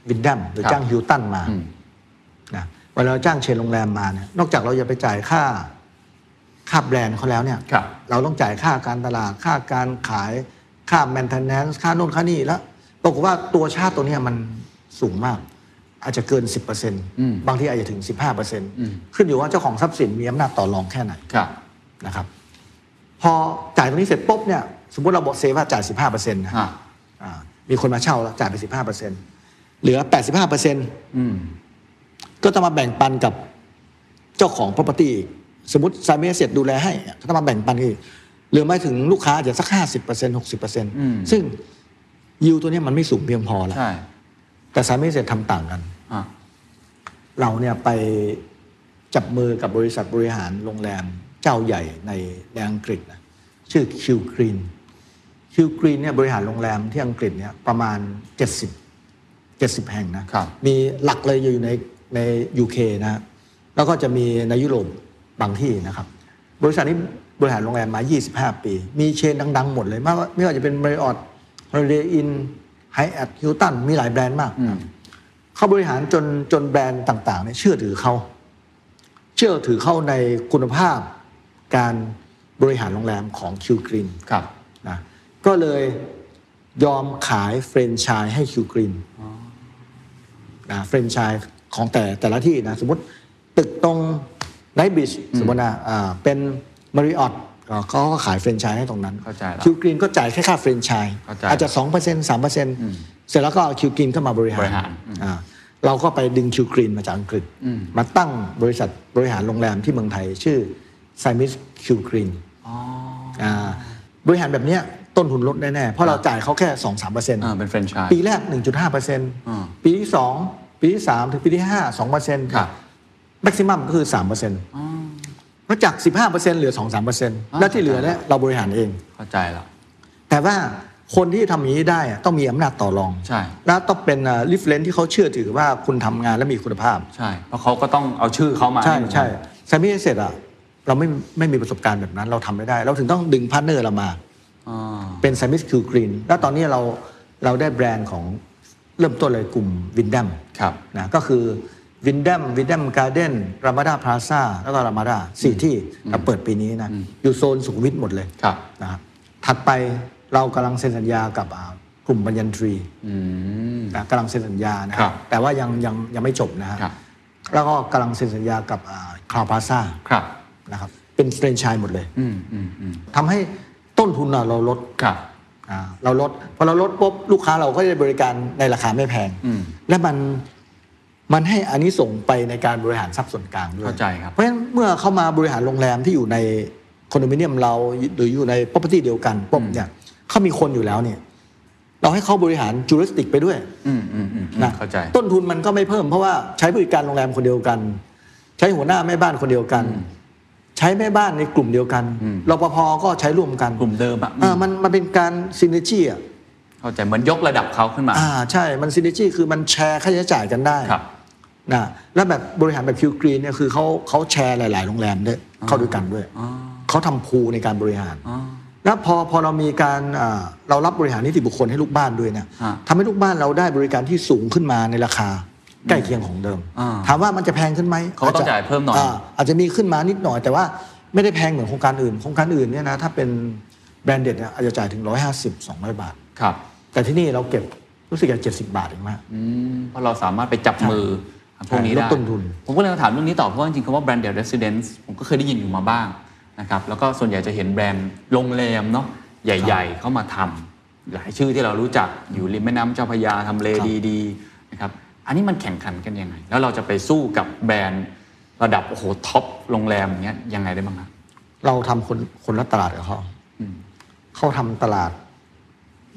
วินดัมหรือ ครับ จ้างฮิลตันมา อืม นะเวลาเราจ้างเชนโรงแรมมาเนี่ยนอกจากเราจะไปจ่ายค่าค่าแบรนด์เขาแล้วเนี่ย ครับ เราต้องจ่ายค่าการตลาด ค่าการขาย ค่า maintenance ค่าโน่นค่านี่แล้วปรากฏว่าตัวชาติตัวเนี้ยมันสูงมาก อาจจะเกิน ม 10%บางที่อาจจะถึง ม 15%ขึ้นอยู่ว่าเจ้าของทรัพย์สินมีอำนาจต่อรองแค่ไหน ครับ นะครับ พอจ่ายตรงนี้เสร็จปุ๊บเนี่ยสมมติเราบอกเซฟว่าจ่าย 15%นะ อ่า อ่ามีคนมาเช่าแล้วจ่ายไป 15%เหลือ 85% อืม ก็ต้องมาแบ่งปันกับเจ้าของ property อีกสมมติซามีเสร็จดูแลให้อ่ะก็ต้องมาแบ่งปันกันอีกเหลือไม่ถึงลูกค้าอาจจะสัก 50% ม 60%ซึ่งยิวตัวเนี้ยมันไม่สูงเพียงพอแล้ว ใช่ แต่ซามีเสร็จทำต่างกัน อ่า เราเนี่ยไปจับมือกับบริษัทบริหารโรงแรมเจ้าใหญ่ในในอังกฤษนะชื่อ Q Green Q Green เนี่ยบริหารโรงแรมที่อังกฤษเนี่ยประมาณ 70 70 แห่งนะมีหลักเลยอยู่ในใน UK นะแล้วก็จะมีในยุโรปบางที่นะครับ บริษัทนี้บริหารโรงแรมมา 25 ปี มีเชนดัง ๆ หมดเลยไม่ว่าไม่ว่าจะเป็น Marriott Holiday Inn Hyatt Hilton มีหลายแบรนด์มาก อืม เขาบริหารจนจนแบรนด์ต่างๆเนี่ยเชื่อถือเขา เชื่อถือเข้าในคุณภาพการบริหารโรงแรมของคิวกรีน ครับ นะก็เลยยอมขายเฟรนไชส์ให้คิวกรีนนะเฟรนไชส์ของแต่แต่ละที่นะสมมติตึกตรงไนบิชสมมตินะอ่าเป็นมาริออตเขาก็ขายเฟรนไชส์ให้ตรงนั้น เข้าใจแล้ว คิวกรีนก็จ่ายแค่ค่าเฟรนไชส์ เข้าใจ อาจจะสองเปอร์เซ็นต์สามเปอร์เซ็นต์เสร็จแล้วก็เอาคิวกรีนเข้ามาบริหาร บริหารอืม อ่าเราก็ไปดึงคิวกรีนมาจากอังกฤษ อืม มาตั้งบริษัทบริหารโรงแรมที่เมืองไทย ชื่อไซมิสคิวกรีน อ๋อ บริหารแบบเนี้ยต้นทุนลดแน่ๆ เพราะเราจ่ายเขาแค่สองสามเปอร์เซ็นต์ อ่าเป็นแฟรนไชส์ ปีแรกหนึ่งจุดห้าเปอร์เซ็นต์ า ปีที่สองปีที่สามถึงปีที่ห้าสองเปอร์เซ็นต์ ครับ แม็กซิมัมก็คือสามเปอร์เซ็นต์ อ๋อ แล้วจากสิบห้าเปอร์เซ็นต์เหลือสองสามเปอร์เซ็นต์ า แล้วที่เหลือเนี่ยเราบริหารเอง เข้าใจละ แต่ว่าคนที่ทำอย่างนี้ได้อะต้องมีอำนาจต่อรอง ใช่ และต้องเป็นริฟเลนที่เขาเชื่อถือว่าคุณทำงานและมีคุณภาพ ใช่ เพราะเขาก็ต้องเอาชื่อเขามา ใช่ ห้เหมือนกัน ใช่แซมมี่เสร็จอะเราไม่ไม่มีประสบการณ์แบบนั้น เราทำไม่ได้ เราถึงต้องดึงพาร์ทเนอร์เรามา อ่า เป็นแซมมี่คิวกรีนแล้วตอนนี้เราเราได้แบรนด์ของเริ่มต้นเลยกลุ่มวินดัม ครับ นะก็คือวินดัมวินดัมการ์เด้นรามาดาพลาซาแล้วก็รามาดาสี่ที่เราเปิดปีนี้นะอยู่โซนสุขุมวิทหมดเลย ครับ นะครับถัดไปเรากำลังเซ็นสัญญากับอ่ากลุ่มบัญญันทรี อืม นะกำลังเซ็นสัญญานะค ครั รับบ แต่ว่ายังยังยังไม่จบนะฮะ ครับ แล้วก็กำลังเซ็นสัญญากับคลาวพาซ่า Crowd Plaza ครับ นะครับเป็นแฟรนไชส์หมดเลย อืมอืมอืม ทำให้ต้นทุนน่ะเราลด ครับ อ่าเราลดพอเราลดปุ๊บลูกค้าเราก็ได้บริการในราคาไม่แพง อืม และมันมันให้อันนี้ส่งส์ไปในการบริหารทรัพย์ส่วนกลางด้วย เข้าใจครับ เพราะฉะนั้นเมื่อเข้ามาบริหารโรงแรมที่อยู่ในคอนโดมิเนียมเราหรืออยู่ใน property เดียวกันปุ๊บเนี่ยเขามีคนอยู่แล้วเนี่ย เราให้เขาบริหารจูริสติกไปด้วย อืมอืมอืม นะ เข้าใจ ต้นทุนมันก็ไม่เพิ่มเพราะว่าใช้บริการโรงแรมคนเดียวกัน ใช้หัวหน้าแม่บ้านคนเดียวกัน ใช้แม่บ้านในกลุ่มเดียวกัน อืม รปภก็ใช้ร่วมกัน กลุ่มเดิมอะ เออมันมันเป็นการซินเนจี้อ่ะ เข้าใจเหมือนยกระดับเขาขึ้นมา อ่าใช่มันซินเนจี้คือมันแชร์ค่าใช้จ่ายกันได้ ครับ นะและแบบบริหารแบบคิวกรีนเนี่ยคือเขาเขาแชร์หลาย ๆ โรงแรมด้วยเข้าด้วยกันด้วยเขาทำพูลในการบริหาร อ๋อ แล้วพอพอเรามีการอ่าเรารับบริหารนิติบุคคลให้ลูกบ้านด้วยเนี่ย ฮะ ทำให้ลูกบ้านเราได้บริการที่สูงขึ้นมาในราคาใกล้เคียงของเดิม อ่า ถามว่ามันจะแพงขึ้นไหม เขาก็ต้องจ่ายเพิ่มหน่อย าอาจจะมีขึ้นมานิดหน่อย แต่ว่าไม่ได้แพงเหมือนโครงการอื่นโครงการอื่นเนี่ยนะถ้าเป็นแบรนด์เด็ดเนี่ยอาจจะจ่ายถึง 150 200 บาท ครับ แต่ที่นี่เราเก็บรู้สึกจะ70 บาทเองมาก อืมเพราะเราสามารถไปจับมือพวกนี้ ลด ได้ ต้นทุน ผมก็เลยมาถามเรื่องนี้ต่อเพราะว่าจริงๆคำว่า branded residence ผมก็เคยได้ยินอยู่มาบ้างนะครับแล้วก็ส่วนใหญ่จะเห็นแบรนด์โรงแรมเนาะใหญ่ ๆ เข้ามาทำหลายชื่อที่เรารู้จักอยู่ริมแม่น้ำเจ้าพระยาทำเลดีๆนะครับอันนี้มันแข่งขันกันยังไง แล้วเราจะไปสู้กับแบรนด์ระดับโอ้โหท็อปโรงแรมอย่างเงี้ยยังไงได้บ้างครับ เราทำคนคนละตลาดกับเขา อืม เขาทำตลาด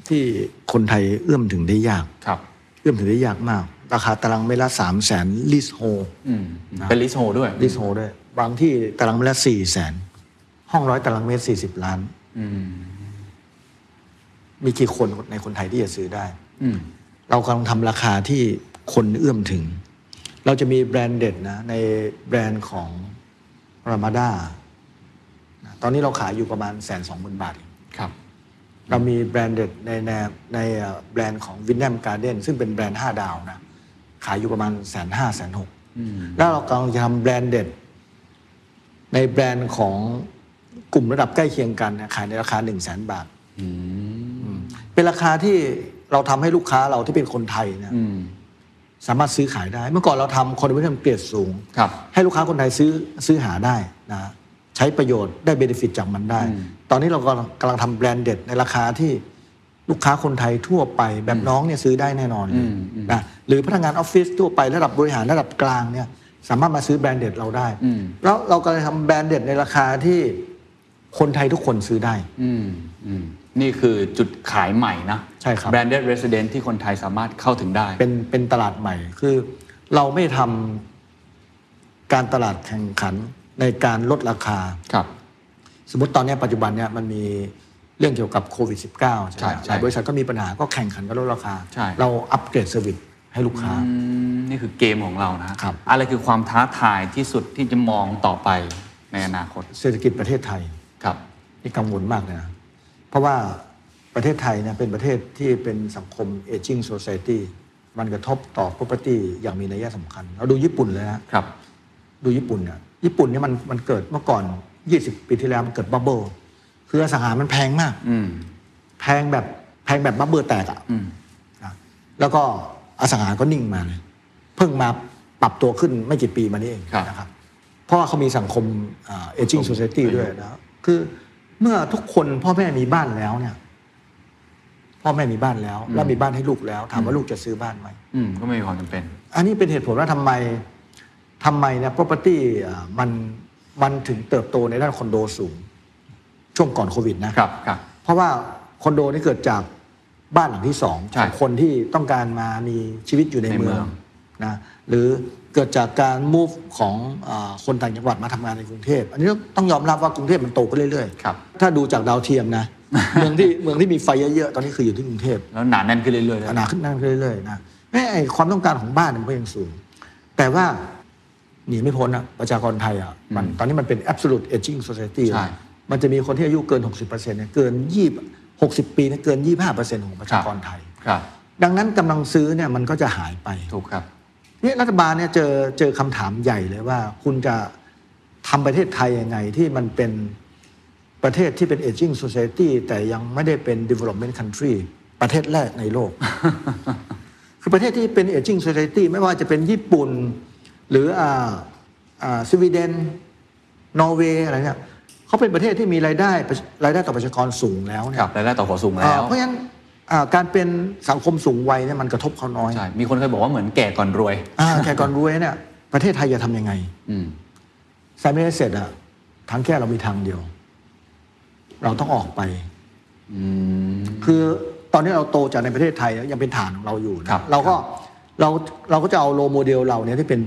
ที่คนไทยเอื้อมถึงได้ยาก ครับ เอื้อมถึงได้ยากมาก ราคาตารางเมตรละสามแสนลิสโฮ อืมเป็นลิสโฮด้วย ลิสโฮด้วย บางที่ตารางเมตรละสี่แสนห้องร้อยตารางเมตรสี่สิบล้าน อืม มีกี่คนในคนไทยที่จะซื้อได้ อืม เรากำลังทำราคาที่คนเอื้อมถึง เราจะมีแบรนด์เด็ดนะ ในแบรนด์ของรามาดาตอนนี้เราขายอยู่ประมาณแสนสองหมื่นบาทเอง ครับ เรามีแบรนด์เด็ดในแนวในเอ่อแบรนด์ของวินแนมการ์เดนซึ่งเป็นแบรนด์ 5 ดาวนะ ขายอยู่ประมาณแสนห้าแสนหก อืม แล้วเรากำลังจะทำแบรนด์เด็ด ในแบรนด์ของกลุ่มระดับใกล้เคียงกันนะขายในราคา1นึ่งแสนบาท อืม เป็นราคาที่เราทำให้ลูกค้าเราที่เป็นคนไทยเนะ อืม สามารถซื้อขายได้ เมื่อก่อนเราทำคอนโดมิเนียมเกรดสูง ครับ ให้ลูกค้าคนไทยซื้อซื้อหาได้นะใช้ประโยชน์ได้เบนฟิตจากมันได้ อืม ตอนนี้เรากำลังกำลังทำแบรนด์เด็ดในราคาที่ลูกค้าคนไทยทั่วไปแบบน้องเนี่ยซื้อได้แน่นอนเลยนะหรือพนักงานออฟฟิศทั่วไประดับบริหารระดับกลางเนี่ยสามารถมาซื้อแบรนด์เด็ดเราได้ อืม แล้วเรากำลังทำแบรนด์เด็ดในราคาที่คนไทยทุกคนซื้อได้ อืมอืมนี่คือจุดขายใหม่นะ ใช่ครับ แบรนด์ resident ที่คนไทยสามารถเข้าถึงได้ เป็นเป็นตลาดใหม่คือเราไม่ทำการตลาดแข่งขันในการลดราคา ครับ สมมติตอนเนี้ยปัจจุบันเนี่ยมันมีเรื่องเกี่ยวกับโควิด -19 ใช่ไหม ใช่ใช่ หลายบริษัทก็มีปัญหาก็แข่งขันกันลดราคา ใช่ เราอัปเกรดเซอร์วิสให้ลูกค้า อืมนี่คือเกมของเรานะครับ อะไรคือความท้าทายที่สุดที่จะมองต่อไปในอนาคต เศรษฐกิจประเทศไทย ครับ นี่กังวลมากเลยนะ เพราะว่าประเทศไทยเนี่ยเป็นประเทศที่เป็นสังคม aging society มันกระทบต่อ property อย่างมีนัยสำคัญ เราดูญี่ปุ่นเลยนะ ครับ ดูญี่ปุ่นเนี่ยญี่ปุ่นเนี่ยมันมันเกิดเมื่อก่อน 20 ปีที่แล้วมันเกิดบับเบิลคืออสังหามันแพงมาก อืม แพงแบบแพงแบบบับเบิลแตกอะ อืม นะแล้วก็อสังหาก็นิ่งมาเลยเพิ่งมาปรับตัวขึ้นไม่กี่ปีมานี้เอง ครับ นะครับ เพราะว่าเขามีสังคมเอจิ้ง สังคม โซเซตี้ อายุ ด้วยนะคือเมื่อทุกคนพ่อแม่มีบ้านแล้วเนี่ย พ่อแม่มีบ้านแล้ว แล้วมีบ้านให้ลูกแล้ว ถามว่าลูกจะซื้อบ้านไหม อืมก็ไม่มีความจำเป็น อันนี้เป็นเหตุผลว่าทำไมทำไมเนี่ย property อ่ามันมันถึงเติบโตในด้านคอนโดสูง ช่วงก่อนโควิดนะ ครับ ครับ เพราะว่าคอนโดนี่เกิดจากบ้านหลังที่สอง ใช่ ของคนที่ต้องการมามีชีวิตอยู่ใน ในเมื เมื อ อง งนะหรือเกิดจากการ move ของอาคนต่างจังหวัดมาทำงานในกรุงเทพอันนี้ต้องยอมรับว่ากรุงเทพมันโตขึ้นเรื่อย ครับ ๆ ถ้าดูจากดาวเทียมนะ เมืองที่เมืองที่มีไฟเยอะๆตอนนี้คืออยู่ที่กรุงเทพ แล้วหนาแน่นขึ้นเรื่อยๆด้วย หนาขึ้นนั่นเรื่อยๆนะแม้ไอ้ความต้องการของบ้านมันก็ยังสูง แต่ว่าหนีไม่พ้นอะประชากรไทยอะมันตอนนี้มันเป็น absolute aging society ใช่ แล้ว มันจะมีคนที่อายุเกิน 60%เนี่ยเกิน20 60 ปีเนี่ยเกิน 25%ของประชากรไทย ครับ ดังนั้นกำลังซื้อเนี่ยมันก็จะหายไป ถูกครับ นี่รัฐบาลเนี่ยเจอเจอคำถามใหญ่เลยว่า คุณจะทำประเทศไทยยังไงที่มันเป็นประเทศที่เป็น aging society แต่ยังไม่ได้เป็น development country ประเทศแรกใน โลก คือประเทศที่เป็น aging society ไม่ว่าจะเป็นญี่ปุ่น หรืออ่าอ่าสวีเดน นอร์เวย์อะไรเนี่ยเขาเป็นประเทศที่มีรายได้ประรายได้ต่อประชากรสูงแล้วเนี่ ค ย รับรายได้ต่อหัวสูง อ่า แล้ว เพราะฉะนั้นอ่าการเป็นสังคมสูงวัยเนี่ยมันกระทบเขาน้อย ใช่ มีคนเคยบอกว่าเหมือนแก่ก่อนรวย อ่าแค่ก่อนรวยเนี่ยประเทศไทยจะทำยังไง อืม แซมไม่ได้เสร็จอะทางแก้เรามีทางเดียว เราต้องออกไป อืม คือตอนนี้เราโตจากในประเทศไทยแล้วยังเป็นฐานของเราอยู่ ครั นะ บ เราก็เราเราก็จะเอาโลโมเดลเราเนี่ยที่เป็น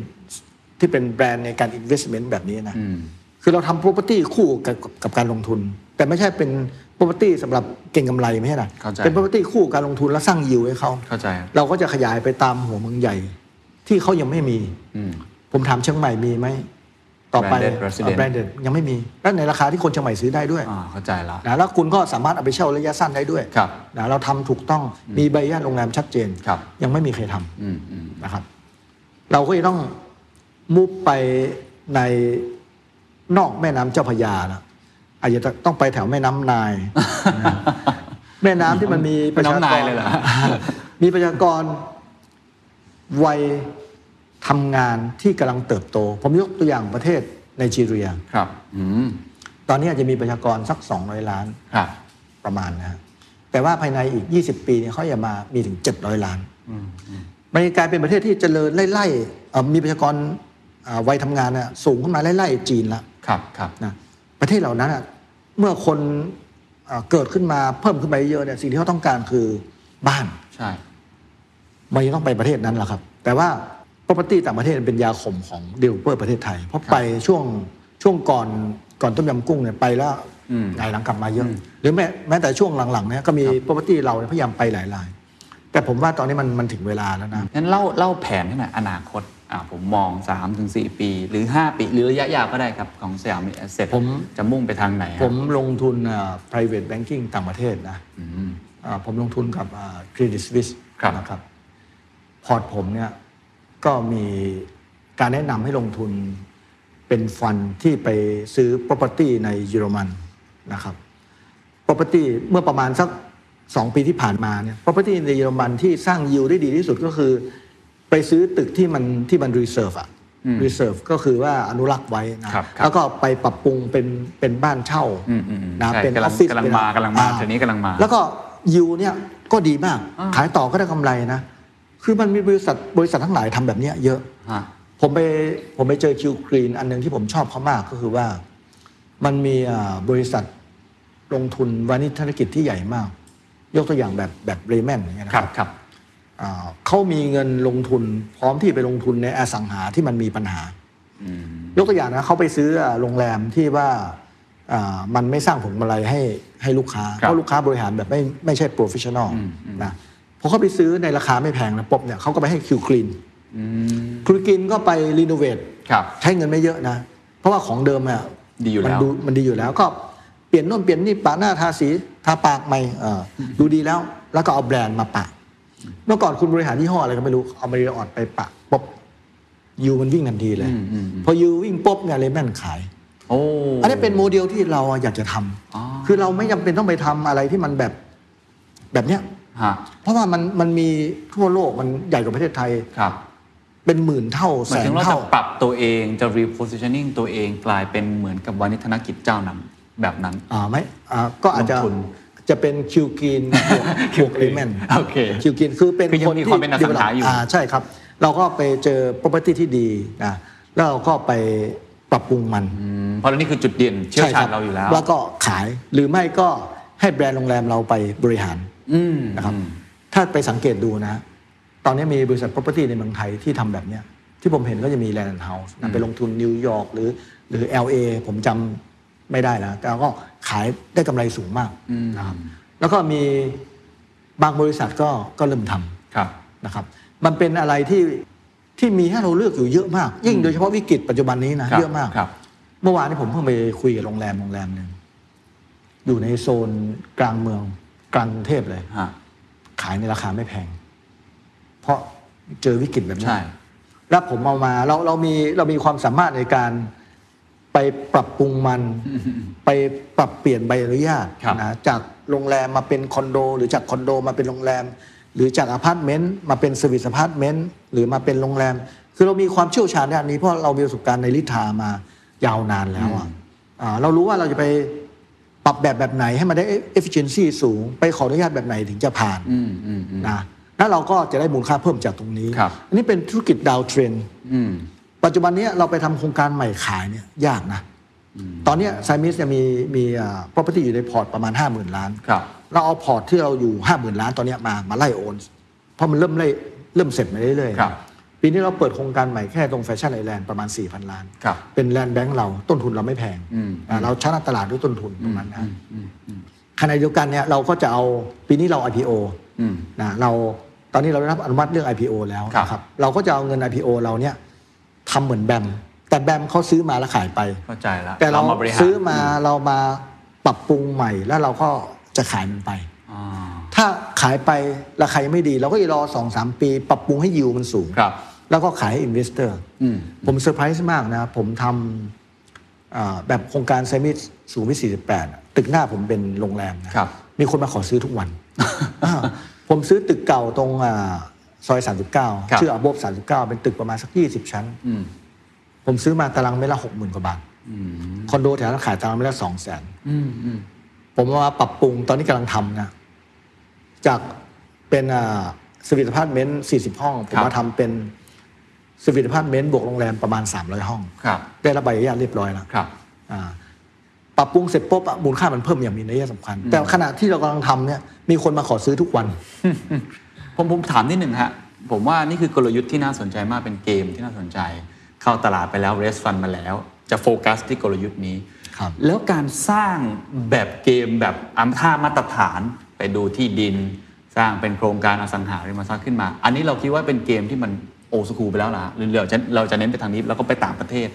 ที่เป็นแบรนด์ในการ investment แบบนี้นะ อืม คือเราทำ property คู่กับกับการลงทุน แต่ไม่ใช่เป็น property สำหรับเก่งกำไรไม่ใช่นะ เข้าใจ เป็น property คู่กับการลงทุนแล้วสร้างยิวให้เขา เข้าใจครับ เราก็จะขยายไปตามหัวเมืองใหญ่ ที่เขายังไม่มี อืม ผมถามเชียงใหม่มีไหมต่อไป Branded resident แบรนด์ยังไม่มีและในราคาที่คนเชียงใหม่ซื้อได้ด้วย อ่าเข้าใจละ นะแล้วคุณก็สามารถเอาไปเช่าระยะสั้นได้ด้วย ครับ นะเราทำถูกต้องมีใบอนุญาตโรงแรมชัดเจน ครับ ยังไม่มีใครทำ อืมอืม นะครับ เราก็จะต้องมุบไปในนอกแม่น้ำเจ้าพระยาแล้วอาจจะต้องไปแถวแม่น้ำ นายนะแม่น้ำที่มันมีป เป็น ระชา น้ำ ก นาย ร เลยเหรอ มีประชากรวัยทำงานที่กำลังเติบโต ผมยกตัวอย่างประเทศไนจีเรีย ครับอืม ตอนนี้อาจจะมีประชากรสัก 200 ล้าน ครับ ประมาณนะฮะแต่ว่าภายในอีก 20 ปีเนี่ยเขาจะมามีถึง 700 ล้าน อืมอืม มันจะกลายเป็นประเทศที่เจริญไล่ๆเอ่อมีประชากรอ่าวัยทำงานน่ะสูงขึ้นมาไล่ๆจีนละ ครับครับ นะประเทศเหล่านั้นอะเมื่อคนเอ่อเกิดขึ้นมาเพิ่มขึ้นไปเยอะเนี่ยสิ่งที่เขาต้องการคือบ้าน ใช่ มันจะต้องไปประเทศนั้นแหละครับ แต่ว่า property ต่างประเทศเป็นยาขมของ developer ประเทศไทย เพราะไปช่วงช่วงก่อนก่อนต้มยำกุ้งเนี่ยไปแล้ว อืม หงายหลังกลับมาเยอะ อืม หรือแม้แม้แต่ช่วงหลังๆเนี่ยก็มี property เราเนี่ยพยายามไปหลายรายแต่ผมว่าตอนนี้มันมันถึงเวลาแล้วนะ งั้นเล่าเล่าแผนให้หน่อยอนาคตอ่าผมมอง 3-4 ปี หรือ 5 ปี หรือระยะยาวก็ได้ครับ ของสยามแอสเซท ผม จะมุ่งไปทางไหนครับ ผมลงทุนอ่า private banking ต่างประเทศนะ อืม อ่าผมลงทุนกับเครดิตสวิส ครับ นะครับ พอร์ตผมเนี่ยก็มีการแนะนำให้ลงทุนเป็นฟันที่ไปซื้อ property ในเยอรมันนะครับ property เมื่อประมาณสัก 2 ปีที่ผ่านมาเนี่ย property ในเยอรมันที่สร้างยิวได้ดีที่สุดก็คือ ไปซื้อตึกที่มันที่มัน reserve อะ อืม reserve ก็คือว่าอนุรักษ์ไว้นะครับ ครับ แล้วก็ไปปรับปรุงเป็นเป็นบ้านเช่า อืมอืมอืม นะ ใช่ เป็น กำ อ ลั อง ฟฟิศ กำลัง เป็น มากำลังมา อ่ เดี๋ยวนี้กำลังมา แล้วก็ยูเนี่ยก็ดีมาก อ่า ขายต่อก็ได้กำไรนะ คือมันมีบริษัทบริษัททั้งหลายทำแบบเนี้ยเยอะ ฮะ ผมไปผมไปเจอคิวกรีนอันหนึ่งที่ผมชอบเขามากก็คือว่า มันมีอ่าบริษัทลงทุนวานิชธุรกิจที่ใหญ่มาก ยกตัวอย่างแบบแบบเรแมนอย่างเงี้ยนะ ค ค รั รั บบ ครับ อ่าเขามีเงินลงทุนพร้อมที่ไปลงทุนในอสังหาที่มันมีปัญหา อืม ยกตัวอย่างนะเขาไปซื้ออ่าโรงแรมที่ว่าอ่ามันไม่สร้างผลกำไรให้ให้ลูกค้า ครับ เพราะลูกค้าบริหารแบบไม่ไม่ใช่ professional อืมอืม นะพอเขาไปซื้อในราคาไม่แพงนะปุ๊บเนี่ยเขาก็ไปให้คิวกรีน อืม คิวกรีนก็ไปรีโนเวท ครับ ใช้เงินไม่เยอะนะ เพราะว่าของเดิมอ่ะ ดีอยู่แล้ว มันมันดีอยู่แล้วก็เปลี่ยนโน่นเปลี่ยนนี่ปะหน้าทาสีทาปากใหม่เอ่อดูดีแล้วแล้วก็เอาแบรนด์มาปะ เมื่อก่อนคุณบริหารยี่ห้ออะไรก็ไม่รู้เอามาริออดไปปะปุ๊บยูมันวิ่งทันทีเลย อืมอืมอืม พอยูวิ่งปุ๊บเนี่ยเลแมนขาย โอ้ อันนี้เป็นโมเดลที่เราอยากจะทำ อ๋อ คือเราไม่จำเป็นต้องไปทำอะไรที่มันแบบแบบเนี้ย ฮะ เพราะว่ามันมันมีทั่วโลกมันใหญ่กว่าประเทศไทย ครับ เป็นหมื่นเท่า หมา แส ยถึ น งเราจะ เท่า ปรับตัวเองจะ repositioning ตัวเองกลายเป็นเหมือนกับวานิชธนกิจเจ้านำแบบนั้น อ่าไม่อ่าก็อาจจะ ลงทุน จะเป็นคิวกีนบวกลิเมน โอเค คิวกีนคือเป็น คือยังมีความเป็นอสังหาอยู่ ใช่ครับ เราก็ไปเจอ property ที่ดีนะแล้วเราก็ไปปรับปรุงมัน อืมเพราะนี่คือจุดเด่นเชี่ยวชาญ ใคบ เราอยู่แล้ว แล้วก็ขายหรือไม่ก็ให้แบรนด์โรงแรมเราไปบริหาร อืม นะครับ อืม ถ้าไปสังเกตดูนะ ตอนนี้มีบริษัท property ในเมืองไทยที่ทำแบบเนี้ยที่ผมเห็นก็จะมี Land House นะไปลงทุนนิวยอร์กหรือหรือ LA ผมจำไม่ได้แล้ว แต่ก็ขายได้กำไรสูงมาก อืม นะครับแล้วก็มีบางบริษัทก็ก็เริ่มทำ ครับ นะครับมันเป็นอะไรที่ที่มีให้เราเลือกอยู่เยอะมาก ยิ่งโดยเฉพาะวิกฤตปัจจุบันนี้นะครับ เยอะมาก ครับ เมื่อวานนี้ผมเพิ่งไปคุยกับโรงแรมโรงแรมหนึ่งอยู่ในโซนกลางเมืองกลางกรุงเทพเลย ฮะ ขายในราคาไม่แพง เพราะเจอวิกฤตแบบนี้ ใช่ แล้วผมเอามาเราเรามีเรามีความสามารถในการไปปรับปรุง มัน ไปปรับเปลี่ยนใบอนุญาต ครับ นะจากโรงแรมมาเป็นคอนโด หรือจากคอนโดมาเป็นโรงแรม หรือจากอพาร์ตเมนต์มาเป็นสวิสอพาร์ตเมนต์หรือมาเป็นโรงแรม คือเรามีความเชี่ยวชาญด้านนี้เพราะเรามีประสบการณ์ในลิทามายาวนานแล้วอะอ่าเรารู้ว่าเราจะไปปรับแบบแบบไหนให้มันได้ efficiency สูง ไปขออนุญาตแบบไหนถึงจะผ่าน อืมอืมอืม นะแล้วเราก็จะได้มูลค่าเพิ่มจากตรงนี้ ครับ อันนี้เป็นธุรกิจดาวเทรน อืม ปัจจุบันเนี้ยเราไปทำโครงการใหม่ขายเนี่ยยากนะ ตอนเนี้ยไซมิสเนี่ยมีมีอ่า property อยู่ในพอร์ตประมาณ 5 0,000 ล้าน ครับ เราเอาพอร์ตที่เราอยู่ 5 0,000 ล้านตอนเนี้ยมามาไล่โอน เพราะมันเริ่มไล่เริ่มเสร็จมาเรื่อย ครับ ๆ ปีนี้เราเปิดโครงการใหม่แค่ตรงแฟชั่นไอแลนด์ประมาณ 4,000 ล้าน ครับ เป็นแลนด์แบงค์เราต้นทุนเราไม่แพง อืม อ่าเราชนะตลาดด้วยต้นทุนประมาณนั้น อืมอืม ขณะเดียวกันเนี่ยเราก็จะเอาปีนี้เรา IPO อืม นะเราตอนนี้เราได้รับอนุมัติเรื่อง IPO แล้ว ครับ นะครับเราก็จะเอาเงิน IPO เราเนี่ยทำเหมือนแบมแต่แบมเขาซื้อมาแล้วขายไป เข้าใจแล้ว แต่เรา มบห ซื้อมาเรามาปรับปรุงใหม่แล้วเราก็จะขายมันไป อ่า ถ้าขายไปราคายังไม่ดี เราก็จะรอสองสามปี ปรับปรุงให้ยิวมันสูง ครับ แล้วก็ขายให้อินเวสเตอร์ อืม ผมเซอร์ไพรส์มากนะครับผมทำเอ่อแบบโครงการไซมิสสูงวิท48อะตึกหน้าผมเป็นโรงแรมนะครับ มีคนมาขอซื้อทุก วัน อ้าวผมซื้อตึกเก่าตรงอ่าซอย 39 ชื่ออาโบบ39 เป็นตึกประมาณสัก 20 ชั้น อืม ผมซื้อมาตารางเมตรละ 60,000 กว่าบาท อืม คอนโดแถวนั้นขายตารางเมตรละ200,000 อืมอืม ผมว่าปรับปรุงตอนนี้กำลังทำนะ จากเป็นสวีทพาร์ตเมนต์40 ห้อง ผมมาทำเป็นสวีทพาร์ตเมนต์บวกโรงแรมประมาณ 300 ห้อง ครับ ได้รับใบอนุญาตเรียบร้อยแล้ว ครับ อ่าปรับปรุงเสร็จปุ๊บอะมูลค่ามันเพิ่มอย่างมีนัยสำคัญ แต่ขณะที่เรากำลังทำเนี่ยมีคนมาขอซื้อทุกวัน ผมผมถามนิดหนึ่งฮะ ผมว่านี่คือกลยุทธ์ที่น่าสนใจมากเป็นเกมที่น่าสนใจ เข้าตลาดไปแล้วเรสฟันมาแล้ว จะโฟกัสที่กลยุทธ์นี้ ครับ แล้วการสร้างแบบเกมแบบอัมท่ามาตรฐานไปดูที่ดิน สร้างเป็นโครงการอสังหาริมทรัพย์ขึ้นมา อันนี้เราคิดว่าเป็นเกมที่มันโอสคูไปแล้วล่ะหรือเราจะเราจะเน้นไปทางนี้แล้วก็ไปต่างประเทศ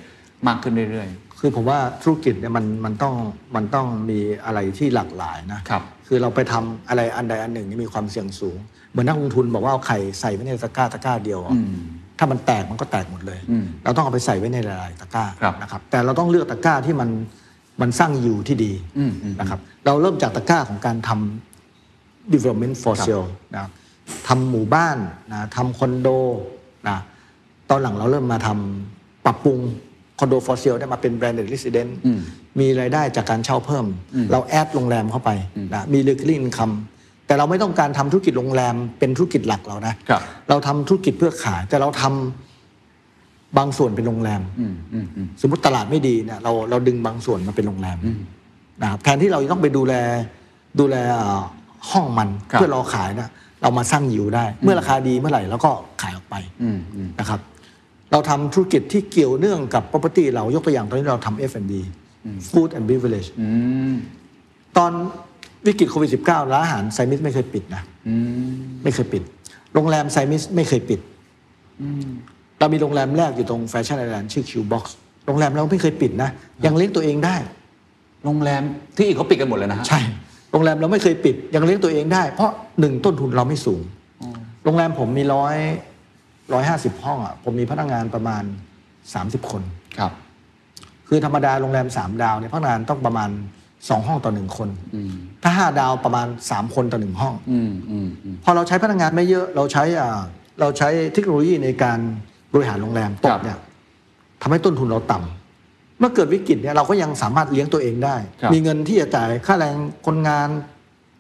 มากขึ้นเรื่อย คือผมว่าธุรกิจเนี่ยมันมันต้องมันต้องมีอะไรที่หลากหลายนะครับ คือเราไปทำอะไรอันใดอันหนึ่งนี่มีความเสี่ยงสูง เหมือนนักลงทุนบอกว่าเอาไข่ใส่ไว้ในตะกร้าตะกร้าเดียว ๆ อะ อืม ถ้ามันแตกมันก็แตกหมดเลย อืม เราต้องเอาไปใส่ไว้ในหลายๆตะกร้า ครับ นะครับ แต่เราต้องเลือกตะกร้าที่มันมันสร้างยูที่ดี อืมอืม นะครับ เราเริ่มจากตะกร้าของการทำ development for ครับ sale นะครับทำหมู่บ้านนะทำคอนโดนะตอนหลังเราเริ่มมาทำปรับปรุงคอนโด for sale ได้มาเป็น branded resident อืม มีรายได้จากการเช่าเพิ่ม เราแอดโรงแรมเข้าไปนะมี recurring income แต่เราไม่ต้องการทำธุรกิจโรงแรมเป็นธุรกิจหลักเรานะ ครับ เราทำธุรกิจเพื่อขาย แต่เราทำบางส่วนเป็นโรงแรม อืมอืมอืม สมมติตลาดไม่ดีเนี่ยเราเราดึงบางส่วนมาเป็นโรงแรม อืม นะครับแทนที่เราจะต้องไปดูแลดูแลเอ่อห้องมัน ครับ เพื่อรอขายนะเรามาสร้างยิวได้ เมื่อราคาดีเมื่อไหร่แล้วก็ขายออกไป อืมอืม นะครับ เราทำธุรกิจที่เกี่ยวเนื่องกับ property เรายกตัวอย่างตอนนี้เราทำ F&B food and beverage อืม ตอนวิกฤตโควิด -19 ร้านอาหารไซมิสไม่เคยปิดนะ อืม ไม่เคยปิด โรงแรมไซมิสไม่เคยปิด เรามีโรงแรมแรกอยู่ตรงแฟชั่นไอแลนด์ชื่อคิวบ็อกซ์ โรงแรมเราไม่เคยปิดนะ ยังเลี้ยงตัวเองได้ โรงแรมที่อีกเขาปิดกันหมดเลยนะฮะ ใช่ โรงแรมเราไม่เคยปิด ยังเลี้ยงตัวเองได้ เพราะหนึ่งต้นทุนเราไม่สูง โรงแรมผมมีร้อยร้อยห้าสิบห้องอ่ะ ผมมีพนักงานประมาณสามสิบคน ครับ คือธรรมดาโรงแรมสามดาวเนี่ยพนักงานต้องประมาณสองห้องต่อหนึ่งคน อืม ถ้าห้าดาวประมาณสามคนต่อหนึ่งห้อง อืมอืมอืม พอเราใช้พนักงานไม่เยอะเราใช้อ่าเราใช้เทคโนโลยีในการบริหารโรงแรมต ครั ก บ เนี่ยทำให้ต้นทุนเราต่ำเมื่อเกิดวิกฤตเนี่ยเราก็ยังสามารถเลี้ยงตัวเองได้ ครับ มีเงินที่จะจ่ายค่าแรงคนงาน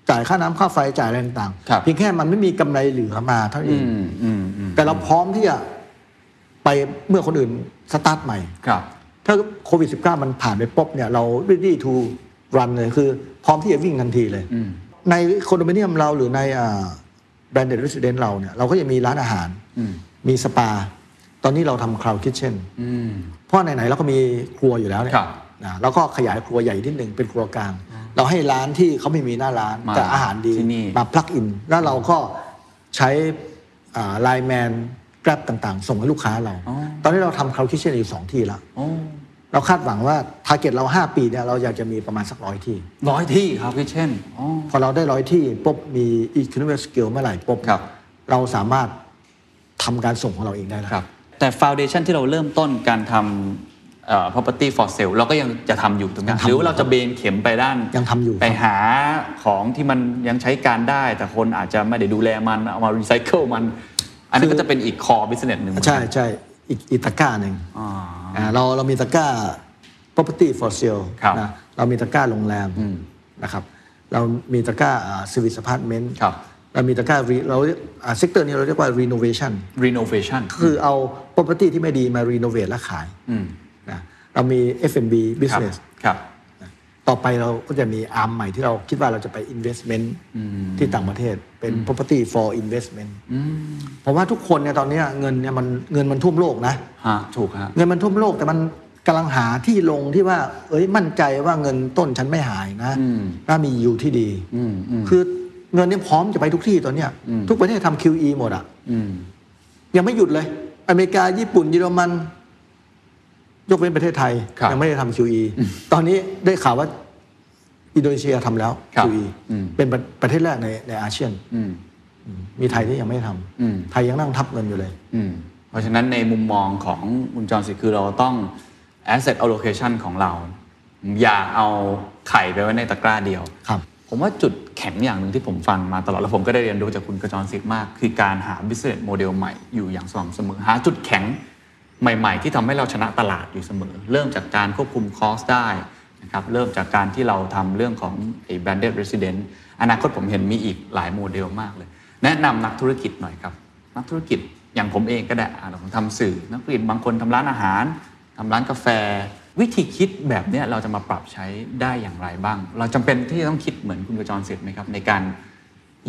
จ่ายค่าน้ำค่าไฟจ่ายอะไรต่าง ครับ ๆเพียงแค่มันไม่มีกำไรเหลือมาเท่านั้อืนเอง มอืมอืม แต่เราพร้อมที่จะไปเมื่อคนอื่นสตาร์ทใหม่ ครับ ถ้าโควิด -19 มันผ่านไปปุ๊บเนี่ยเรา ready to run เลยคือ พร้อมที่จะวิ่งทันทีเลย อืม ในคอนโดมิเนียมเราหรือในแบรนด์เดด e ิสเดนเราเนี่ยเราก็จะมีร้านอาหาร อืม มีสปา ตอนนี้เราทำคลาวคิทเช่น อืม เพราะไหนๆเราก็มีครัวอยู่แล้วเนี่ย ครับ นะเราก็ขยายครัวใหญ่นิดหนึ่งเป็นครัวกลาง เราให้ร้านที่เขาไม่มีหน้าร้าน มา แต่อาหารดี ที่นี่ มาพลักอิน แล้วเราก็ใช้ไลแมนกร็บต่างๆ ส่งให้ลูกค้าเรา ตอนนี้เราทำคลาวคิทเช่นอยู่สองที่ละ โอ้ เราคาดหวังว่าทาร์เก็ตเรา 5 ปีเนี่ยเราอยากจะมีประมาณสักร้อยที่ ร้อยที่ครับพี่เช่นอ๋อ พอเราได้ร้อยที่ปุ๊บมี economic skill เมื่อไหร่ปุ๊บ ครับ เราสามารถทำการส่งของเราเองได้แล้ว ครับ แต่ฟาวเดชันที่เราเริ่มต้นการทำเอ่อ property for sale เราก็ยังจะทำอยู่ตรงนั้นหรือว่าเราจะเบนเข็มไปด้าน ยังทำอยู่ ไปหาของที่มันยังใช้การได้ แต่คนอาจจะไม่ได้ดูแลมันเอามารีไซเคิลมัน อันนี้นก็จะเป็นอีกคอ business หนึ่งเหมือนกัน ใช่ใช่อีกอีกตะกร้าหนึ่ง อ๋อ าเราเรามีตะกร้า property for sale ครับ นะเรามีตะกร้าโรงแรม อืม นะครับ เรามีตะกร้าอ่า service apartment ครับ เรามีตะกร้า re- เราเซกเตอร์นี้เราเรียกว่า renovation renovation คือเอา property ที่ไม่ดีมา renovate และขาย อืม นะเรามี F&B business ครับ ต ต่อไปเราก็จะมีอาร์มใหม่ที่เราคิดว่าเราจะไป investment ที่ต่างประเทศเป็น property for investment เพราะว่าทุกคนเนี่ยตอนเนี้ยเงินเนี่ยมันเงินมันท่วมโลกนะ ฮะถูกฮะ เงินมันท่วมโลกแต่มันกำลังหาที่ลงที่ว่า เอ้ยมั่นใจว่าเงินต้นฉันไม่หายนะ อืม น่ามีอยู่ที่ดี อืมอืม คือเงินเนี่ยพร้อมจะไปทุกที่ตอนเนี้ย ทุกประเทศทำ QE หมดอ่ะ อืม ยังไม่หยุดเลย อเมริกาญี่ปุ่นเยอรมัน ยกเว้นประเทศไทย ครับ ยัไม่ได้ทำ QE ตอนนี้ได้ข่าวว่า อินโดนีเซียทำแล้ว ครับ QE อืม เป็นประประเทศแรกในในอาเซียน อืม มีไทยที่ยังไม่ได้ท อืม ำไทยยังนั่งทับเงินอยู่เลย อืมเพราะฉะนั้นในมุมมองของคุณจอห์นสิคือเราต้อง asset allocation ของเรา อย่าเอาไข่ไปไว้ในตะกร้าเดียว ครับ ผมว่าจุดแข็งอย่างหนึ่งที่ผมฟังมาตลอด แล้วผมก็ได้เรียนรู้จากคุณกระจรสิทธิ์มาก คือการหา business model ใหม่อยู่อย่างสม่ำเสมอ หาจุดแข็งใหม่ๆ ที่ทำให้เราชนะตลาดอยู่เสมอ เริ่มจากการควบคุมคอสได้นะครับเริ่มจากการที่เราทำเรื่องของไอ้ branded resident อนาคตผมเห็นมีอีกหลายโมเดลมากเลย แนะนำนักธุรกิจหน่อยครับ นักธุรกิจอย่างผมเองก็ได้อ่ะผมทำสื่อ นักธุรกิจบางคนทำร้านอาหาร ทำร้านกาแฟ วิธีคิดแบบเนี้ยเราจะมาปรับใช้ได้อย่างไรบ้าง เราจำเป็นที่จะต้องคิดเหมือนคุณกระจรเสร็จไหมครับ ในการ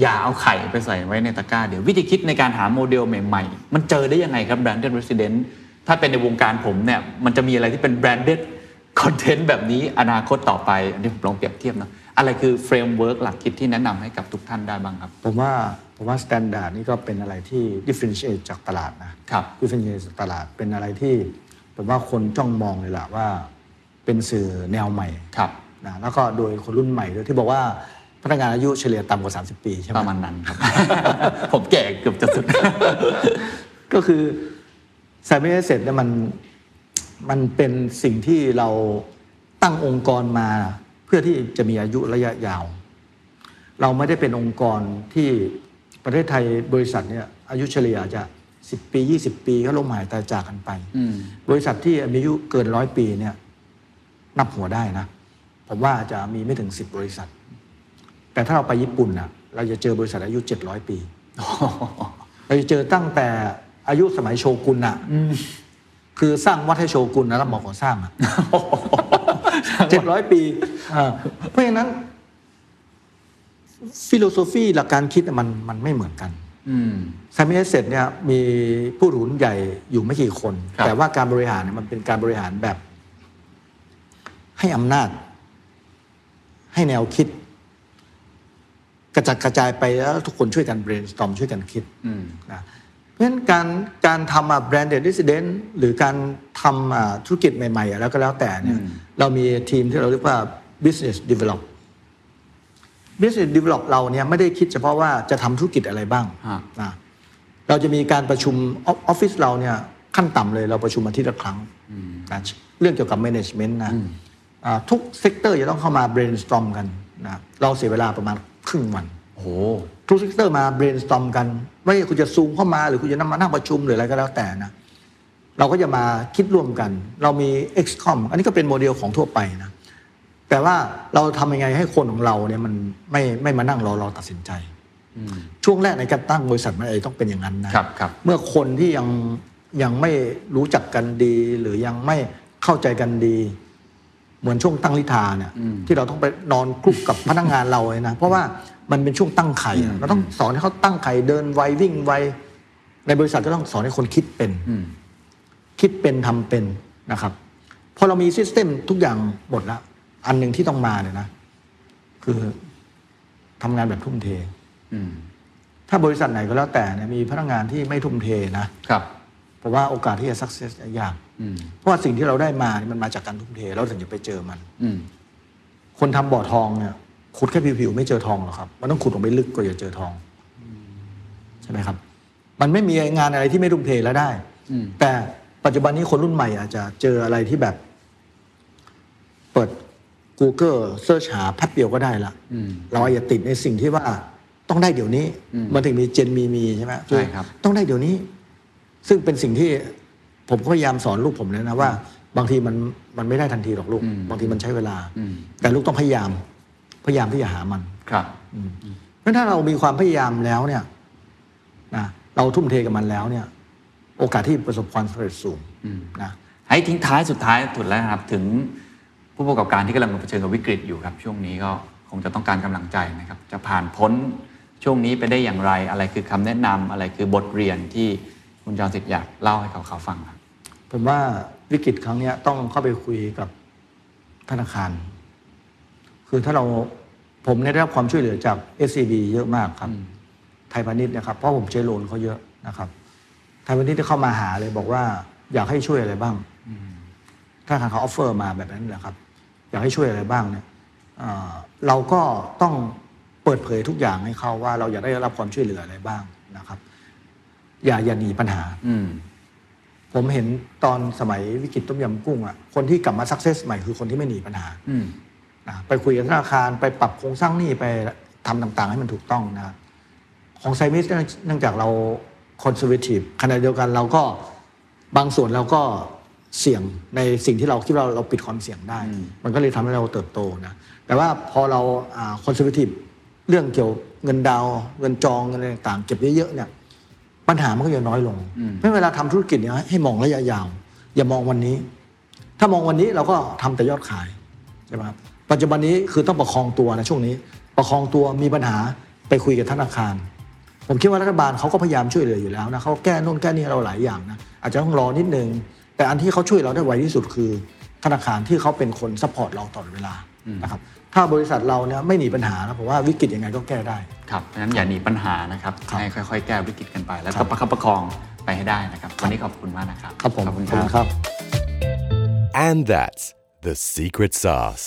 อย่าเอาไข่ไปใส่ไว้ในตะกร้าเดี๋ยววิธีคิดในการหาโมเดลใหม่ๆ มันเจอได้ยังไงครับ branded resident ถ้าเป็นในวงการผมเนี่ยมันจะมีอะไรที่เป็น branded content แบบนี้อนาคตต่อไปอันนี้ผมลองเปรียบเทียบนะอะไรคือ framework หลักคิดที่แนะนำให้กับทุกท่านได้บ้างครับ ผมว่าผมว่าสแตนดาร์ดนี่ก็เป็นอะไรที่ differentiate จากตลาดนะครับ ดิฟเฟนเชตจากตลาดเป็นอะไรที่ผมว่าคนจ้องมองเลยล่ะว่า เป็นสื่อแนวใหม่ ครับ นะแล้วก็โดยคนรุ่นใหม่ด้วยที่บอกว่าพนักงานอายุเฉลี่ยต่ำกว่า 30 ปีใช่ไหม ประมาณนั้นครับ ผมแก่เกือบจะสุด ก็คือไซเบอร์เซ็ตเนี่ยมันมันเป็นสิ่งที่เราตั้งองค์กรมา เพื่อที่จะมีอายุระยะยาว เราไม่ได้เป็นองค์กรที่ประเทศไทยบริษัทเนี่ยอายุเฉลี่ยอาจจะ 10 ปี 20 ปีก็ล้มหายตายจากกันไป อืม บริษัทที่มีอายุเกินร้อยปีเนี่ยนับหัวได้นะ ผมว่าจะมีไม่ถึง 10 บริษัท แต่ถ้าเราไปญี่ปุ่นนะเราจะเจอบริษัทอายุ 700 ปี เราจะเจอตั้งแต่อายุสมัยโชกุนอะคือสร้างวัดให้โชกุนนะรับเหมาก่อสร้างอะเจ็ดร้อยปีอ่าเพราะฉะนั้น ฟิโลโซฟีหลักการคิดอะมันมันไม่เหมือนกัน อืม ไซมิเอสเซตเนี่ยมีผู้ถือหุ้นใหญ่อยู่ไม่กี่คน ครับ แต่ว่าการบริหารเนี่ยมันเป็นการบริหารแบบ ให้อำนาจ ให้แนวคิด กระจัดกระจายไปแล้วทุกคนช่วยกัน brainstorm ช่วยกันคิด อืม นะเพราะฉะนั้นการการทำอ่ะ branded resident หรือการทำอ่ะธุรกิจใหม่ๆอ่ะแล้วก็แล้วแต่เนี่ย อืม เรามีทีมที่เราเรียกว่า business develop business develop เราเนี่ยไม่ได้คิดเฉพาะว่าจะทำธุรกิจอะไรบ้าง ฮะ นะเราจะมีการประชุมออฟออฟฟิศเราเนี่ยขั้นต่ำเลยเราประชุมอาทิตย์ละครั้งนะเรื่องเกี่ยวกับ management นะอ่าทุกเซกเตอร์จะต้องเข้ามา brainstorm กันนะเราเสียเวลาประมาณครึ่งวัน โอ้โห ทุกเซกเตอร์มา brainstorm กันไม่ว่าคุณจะซูมเข้ามาหรือคุณจะนั่งมานั่งประชุมหรืออะไรก็แล้วแต่นะเราก็จะมาคิดร่วมกัน เรามี XCOM อันนี้ก็เป็นโมเดลของทั่วไปนะ แต่ว่าเราทำยังไงให้คนของเราเนี่ยมันไม่ไม่มานั่งรอเราตัดสินใจ ช่วงแรกในการตั้งบริษัทมันเองต้องเป็นอย่างนั้นนะครับ ครับ เมื่อคนที่ยังยังไม่รู้จักกันดี หรือยังไม่เข้าใจกันดี เหมือนช่วงตั้งลิทาเนี่ยที่เราต้องไปนอนคลุกกับ พนักงานเราเลยนะ เพราะว่ามันเป็นช่วงตั้งไข่อะเราต้องสอนให้เขาตั้งไข่เดินไววิ่งไวในบริษัทก็ต้องสอนให้คนคิดเป็น อืม คิดเป็นทำเป็นนะครับพอเรามีซิสเต็มทุกอย่างหมดแล้วอันหนึ่งที่ต้องมาเนี่ยนะ คือทำงานแบบทุ่มเท อืม ถ้าบริษัทไหนก็แล้วแต่เนี่ยมีพนักงานที่ไม่ทุ่มเทนะครับ เพราะว่าโอกาสที่จะสักเซสยาก อืม เพราะว่าสิ่งที่เราได้มาเนี่ยมันมาจากการทุ่มเทเราถึงจะไปเจอมัน อืม คนทำบ่อทองเนี่ยขุดแค่ผิวๆไม่เจอทองหรอกครับ มันต้องขุดลงไปลึกกว่าจะเจอทองใช่ไหมครับ มันไม่มีงานอะไรที่ไม่ทุ่มเทแล้วได้ อืม แต่ปัจจุบันนี้คนรุ่นใหม่อาจจะเจออะไรที่แบบ เปิด Google เสิร์ชหาแป๊บเดียวก็ได้ละ อืม เราอาจจะติดในสิ่งที่ว่าต้องได้เดี๋ยวนี้ อืม มันถึงมีเจนมีมีใช่ไหม ใช่ครับ ต้องได้เดี๋ยวนี้ ซึ่งเป็นสิ่งที่ผมก็พยายามสอนลูกผมเลยนะว่า บางทีมันมันไม่ได้ทันทีหรอกลูก บางทีมันใช้เวลา แต่ลูกต้องพยายาม พยายามที่จะหามัน ครับ เพราะถ้าเรามีความพยายามแล้วเนี่ยนะเราทุ่มเทกับมันแล้วเนี่ย โอกาสที่ประสบความสำเร็จสูงนะ ให้ทิ้งท้ายสุดท้ายสุดแล้วนะครับ ถึง ผู้ประกอบการที่กำลังเผชิญกับวิกฤตอยู่ครับ ช่วงนี้ก็คงจะต้องการกำลังใจนะครับ จะผ่านพ้นช่วงนี้ไปได้อย่างไร อะไรคือคำแนะนำอะไรคือบทเรียนที่คุณจอสิทธิ์อยากเล่าให้เขาเขาฟังครับ ผมว่าวิกฤตครั้งเนี้ยต้องเข้าไปคุยกับธนาคาร คือถ้าเราผมเนี่ยได้รับความช่วยเหลือจาก SCB เยอะมากครับ ไทยพาณิชย์นะครับ เพราะผมใช้โลนเขาเยอะนะครับ ไทยพาณิชย์ที่เข้ามาหาเลยบอกว่า อยากให้ช่วยอะไรบ้างถ้าทางเขาออฟเฟอร์มาแบบนั้นแหละครับ อยากให้ช่วยอะไรบ้างเนี่ยเอ่อเราก็ต้องเปิดเผยทุกอย่างให้เขาว่า เราอยากได้รับความช่วยเหลืออะไรบ้างนะครับ อย่าอย่าหนีปัญหา อืม ผมเห็นตอนสมัยวิกฤตต้มยำกุ้งอ่ะคนที่กลับมาสักเซสใหม่คือคนที่ไม่หนีปัญหา อืม นะไปคุยกับธนาคารไปปรับโครงสร้างหนี้ไปทำต่างๆ ให้มันถูกต้องนะครับของไซมิสเนื่องจากเราคอนเซอร์เวทีฟขณะเดียวกันเราก็บางส่วนเราก็เสี่ยงในสิ่งที่เราคิดว่าเราปิดความเสี่ยงได้ มันก็เลยทำให้เราเติบโตนะแต่ว่าพอเราคอนเซอร์เวทีฟเรื่องเกี่ยวเงินดาวน์เงินจองเงินอะไรต่างๆเก็บเยอะๆเนี่ย ปัญหามันก็จะน้อยลงเพราะเวลาทำธุรกิจเนี่ยให้มองระยะยาว อย่ามองวันนี้ ถ้ามองวันนี้เราก็ทำแต่ยอดขายใช่ไหมครับปัจจุบันนี้คือต้องประคองตัวนะช่วงนี้ ประคองตัวมีปัญหาไปคุยกับธนาคาร ผมคิดว่ารัฐบาลเขาก็พยายามช่วยเหลืออยู่แล้วนะเขาแก้นู่นแก้นี่เราหลายอย่างนะอาจจะต้องรอนิดนึง แต่อันที่เขาช่วยเราได้ไวที่สุดคือ ธนาคารที่เขาเป็นคนซัพพอร์ตเราตลอดเวลานะครับถ้าบริษัทเราเนี่ยไม่หนีปัญหานะผมว่าวิกฤตยังไงก็แก้ได้ ครับเพราะฉะนั้นอย่าหนีปัญหานะครับ ครับ ให้ค่อย ๆ แก้วิกฤตกันไป แล้ว ครั ก็ บ ประคับประคองไปให้ได้นะครับ วันนี้ขอบคุณมากนะครับ ครับผม ขอบคุณ ข ค อบ รั คุ บ ณครับ And that's the secret sauce.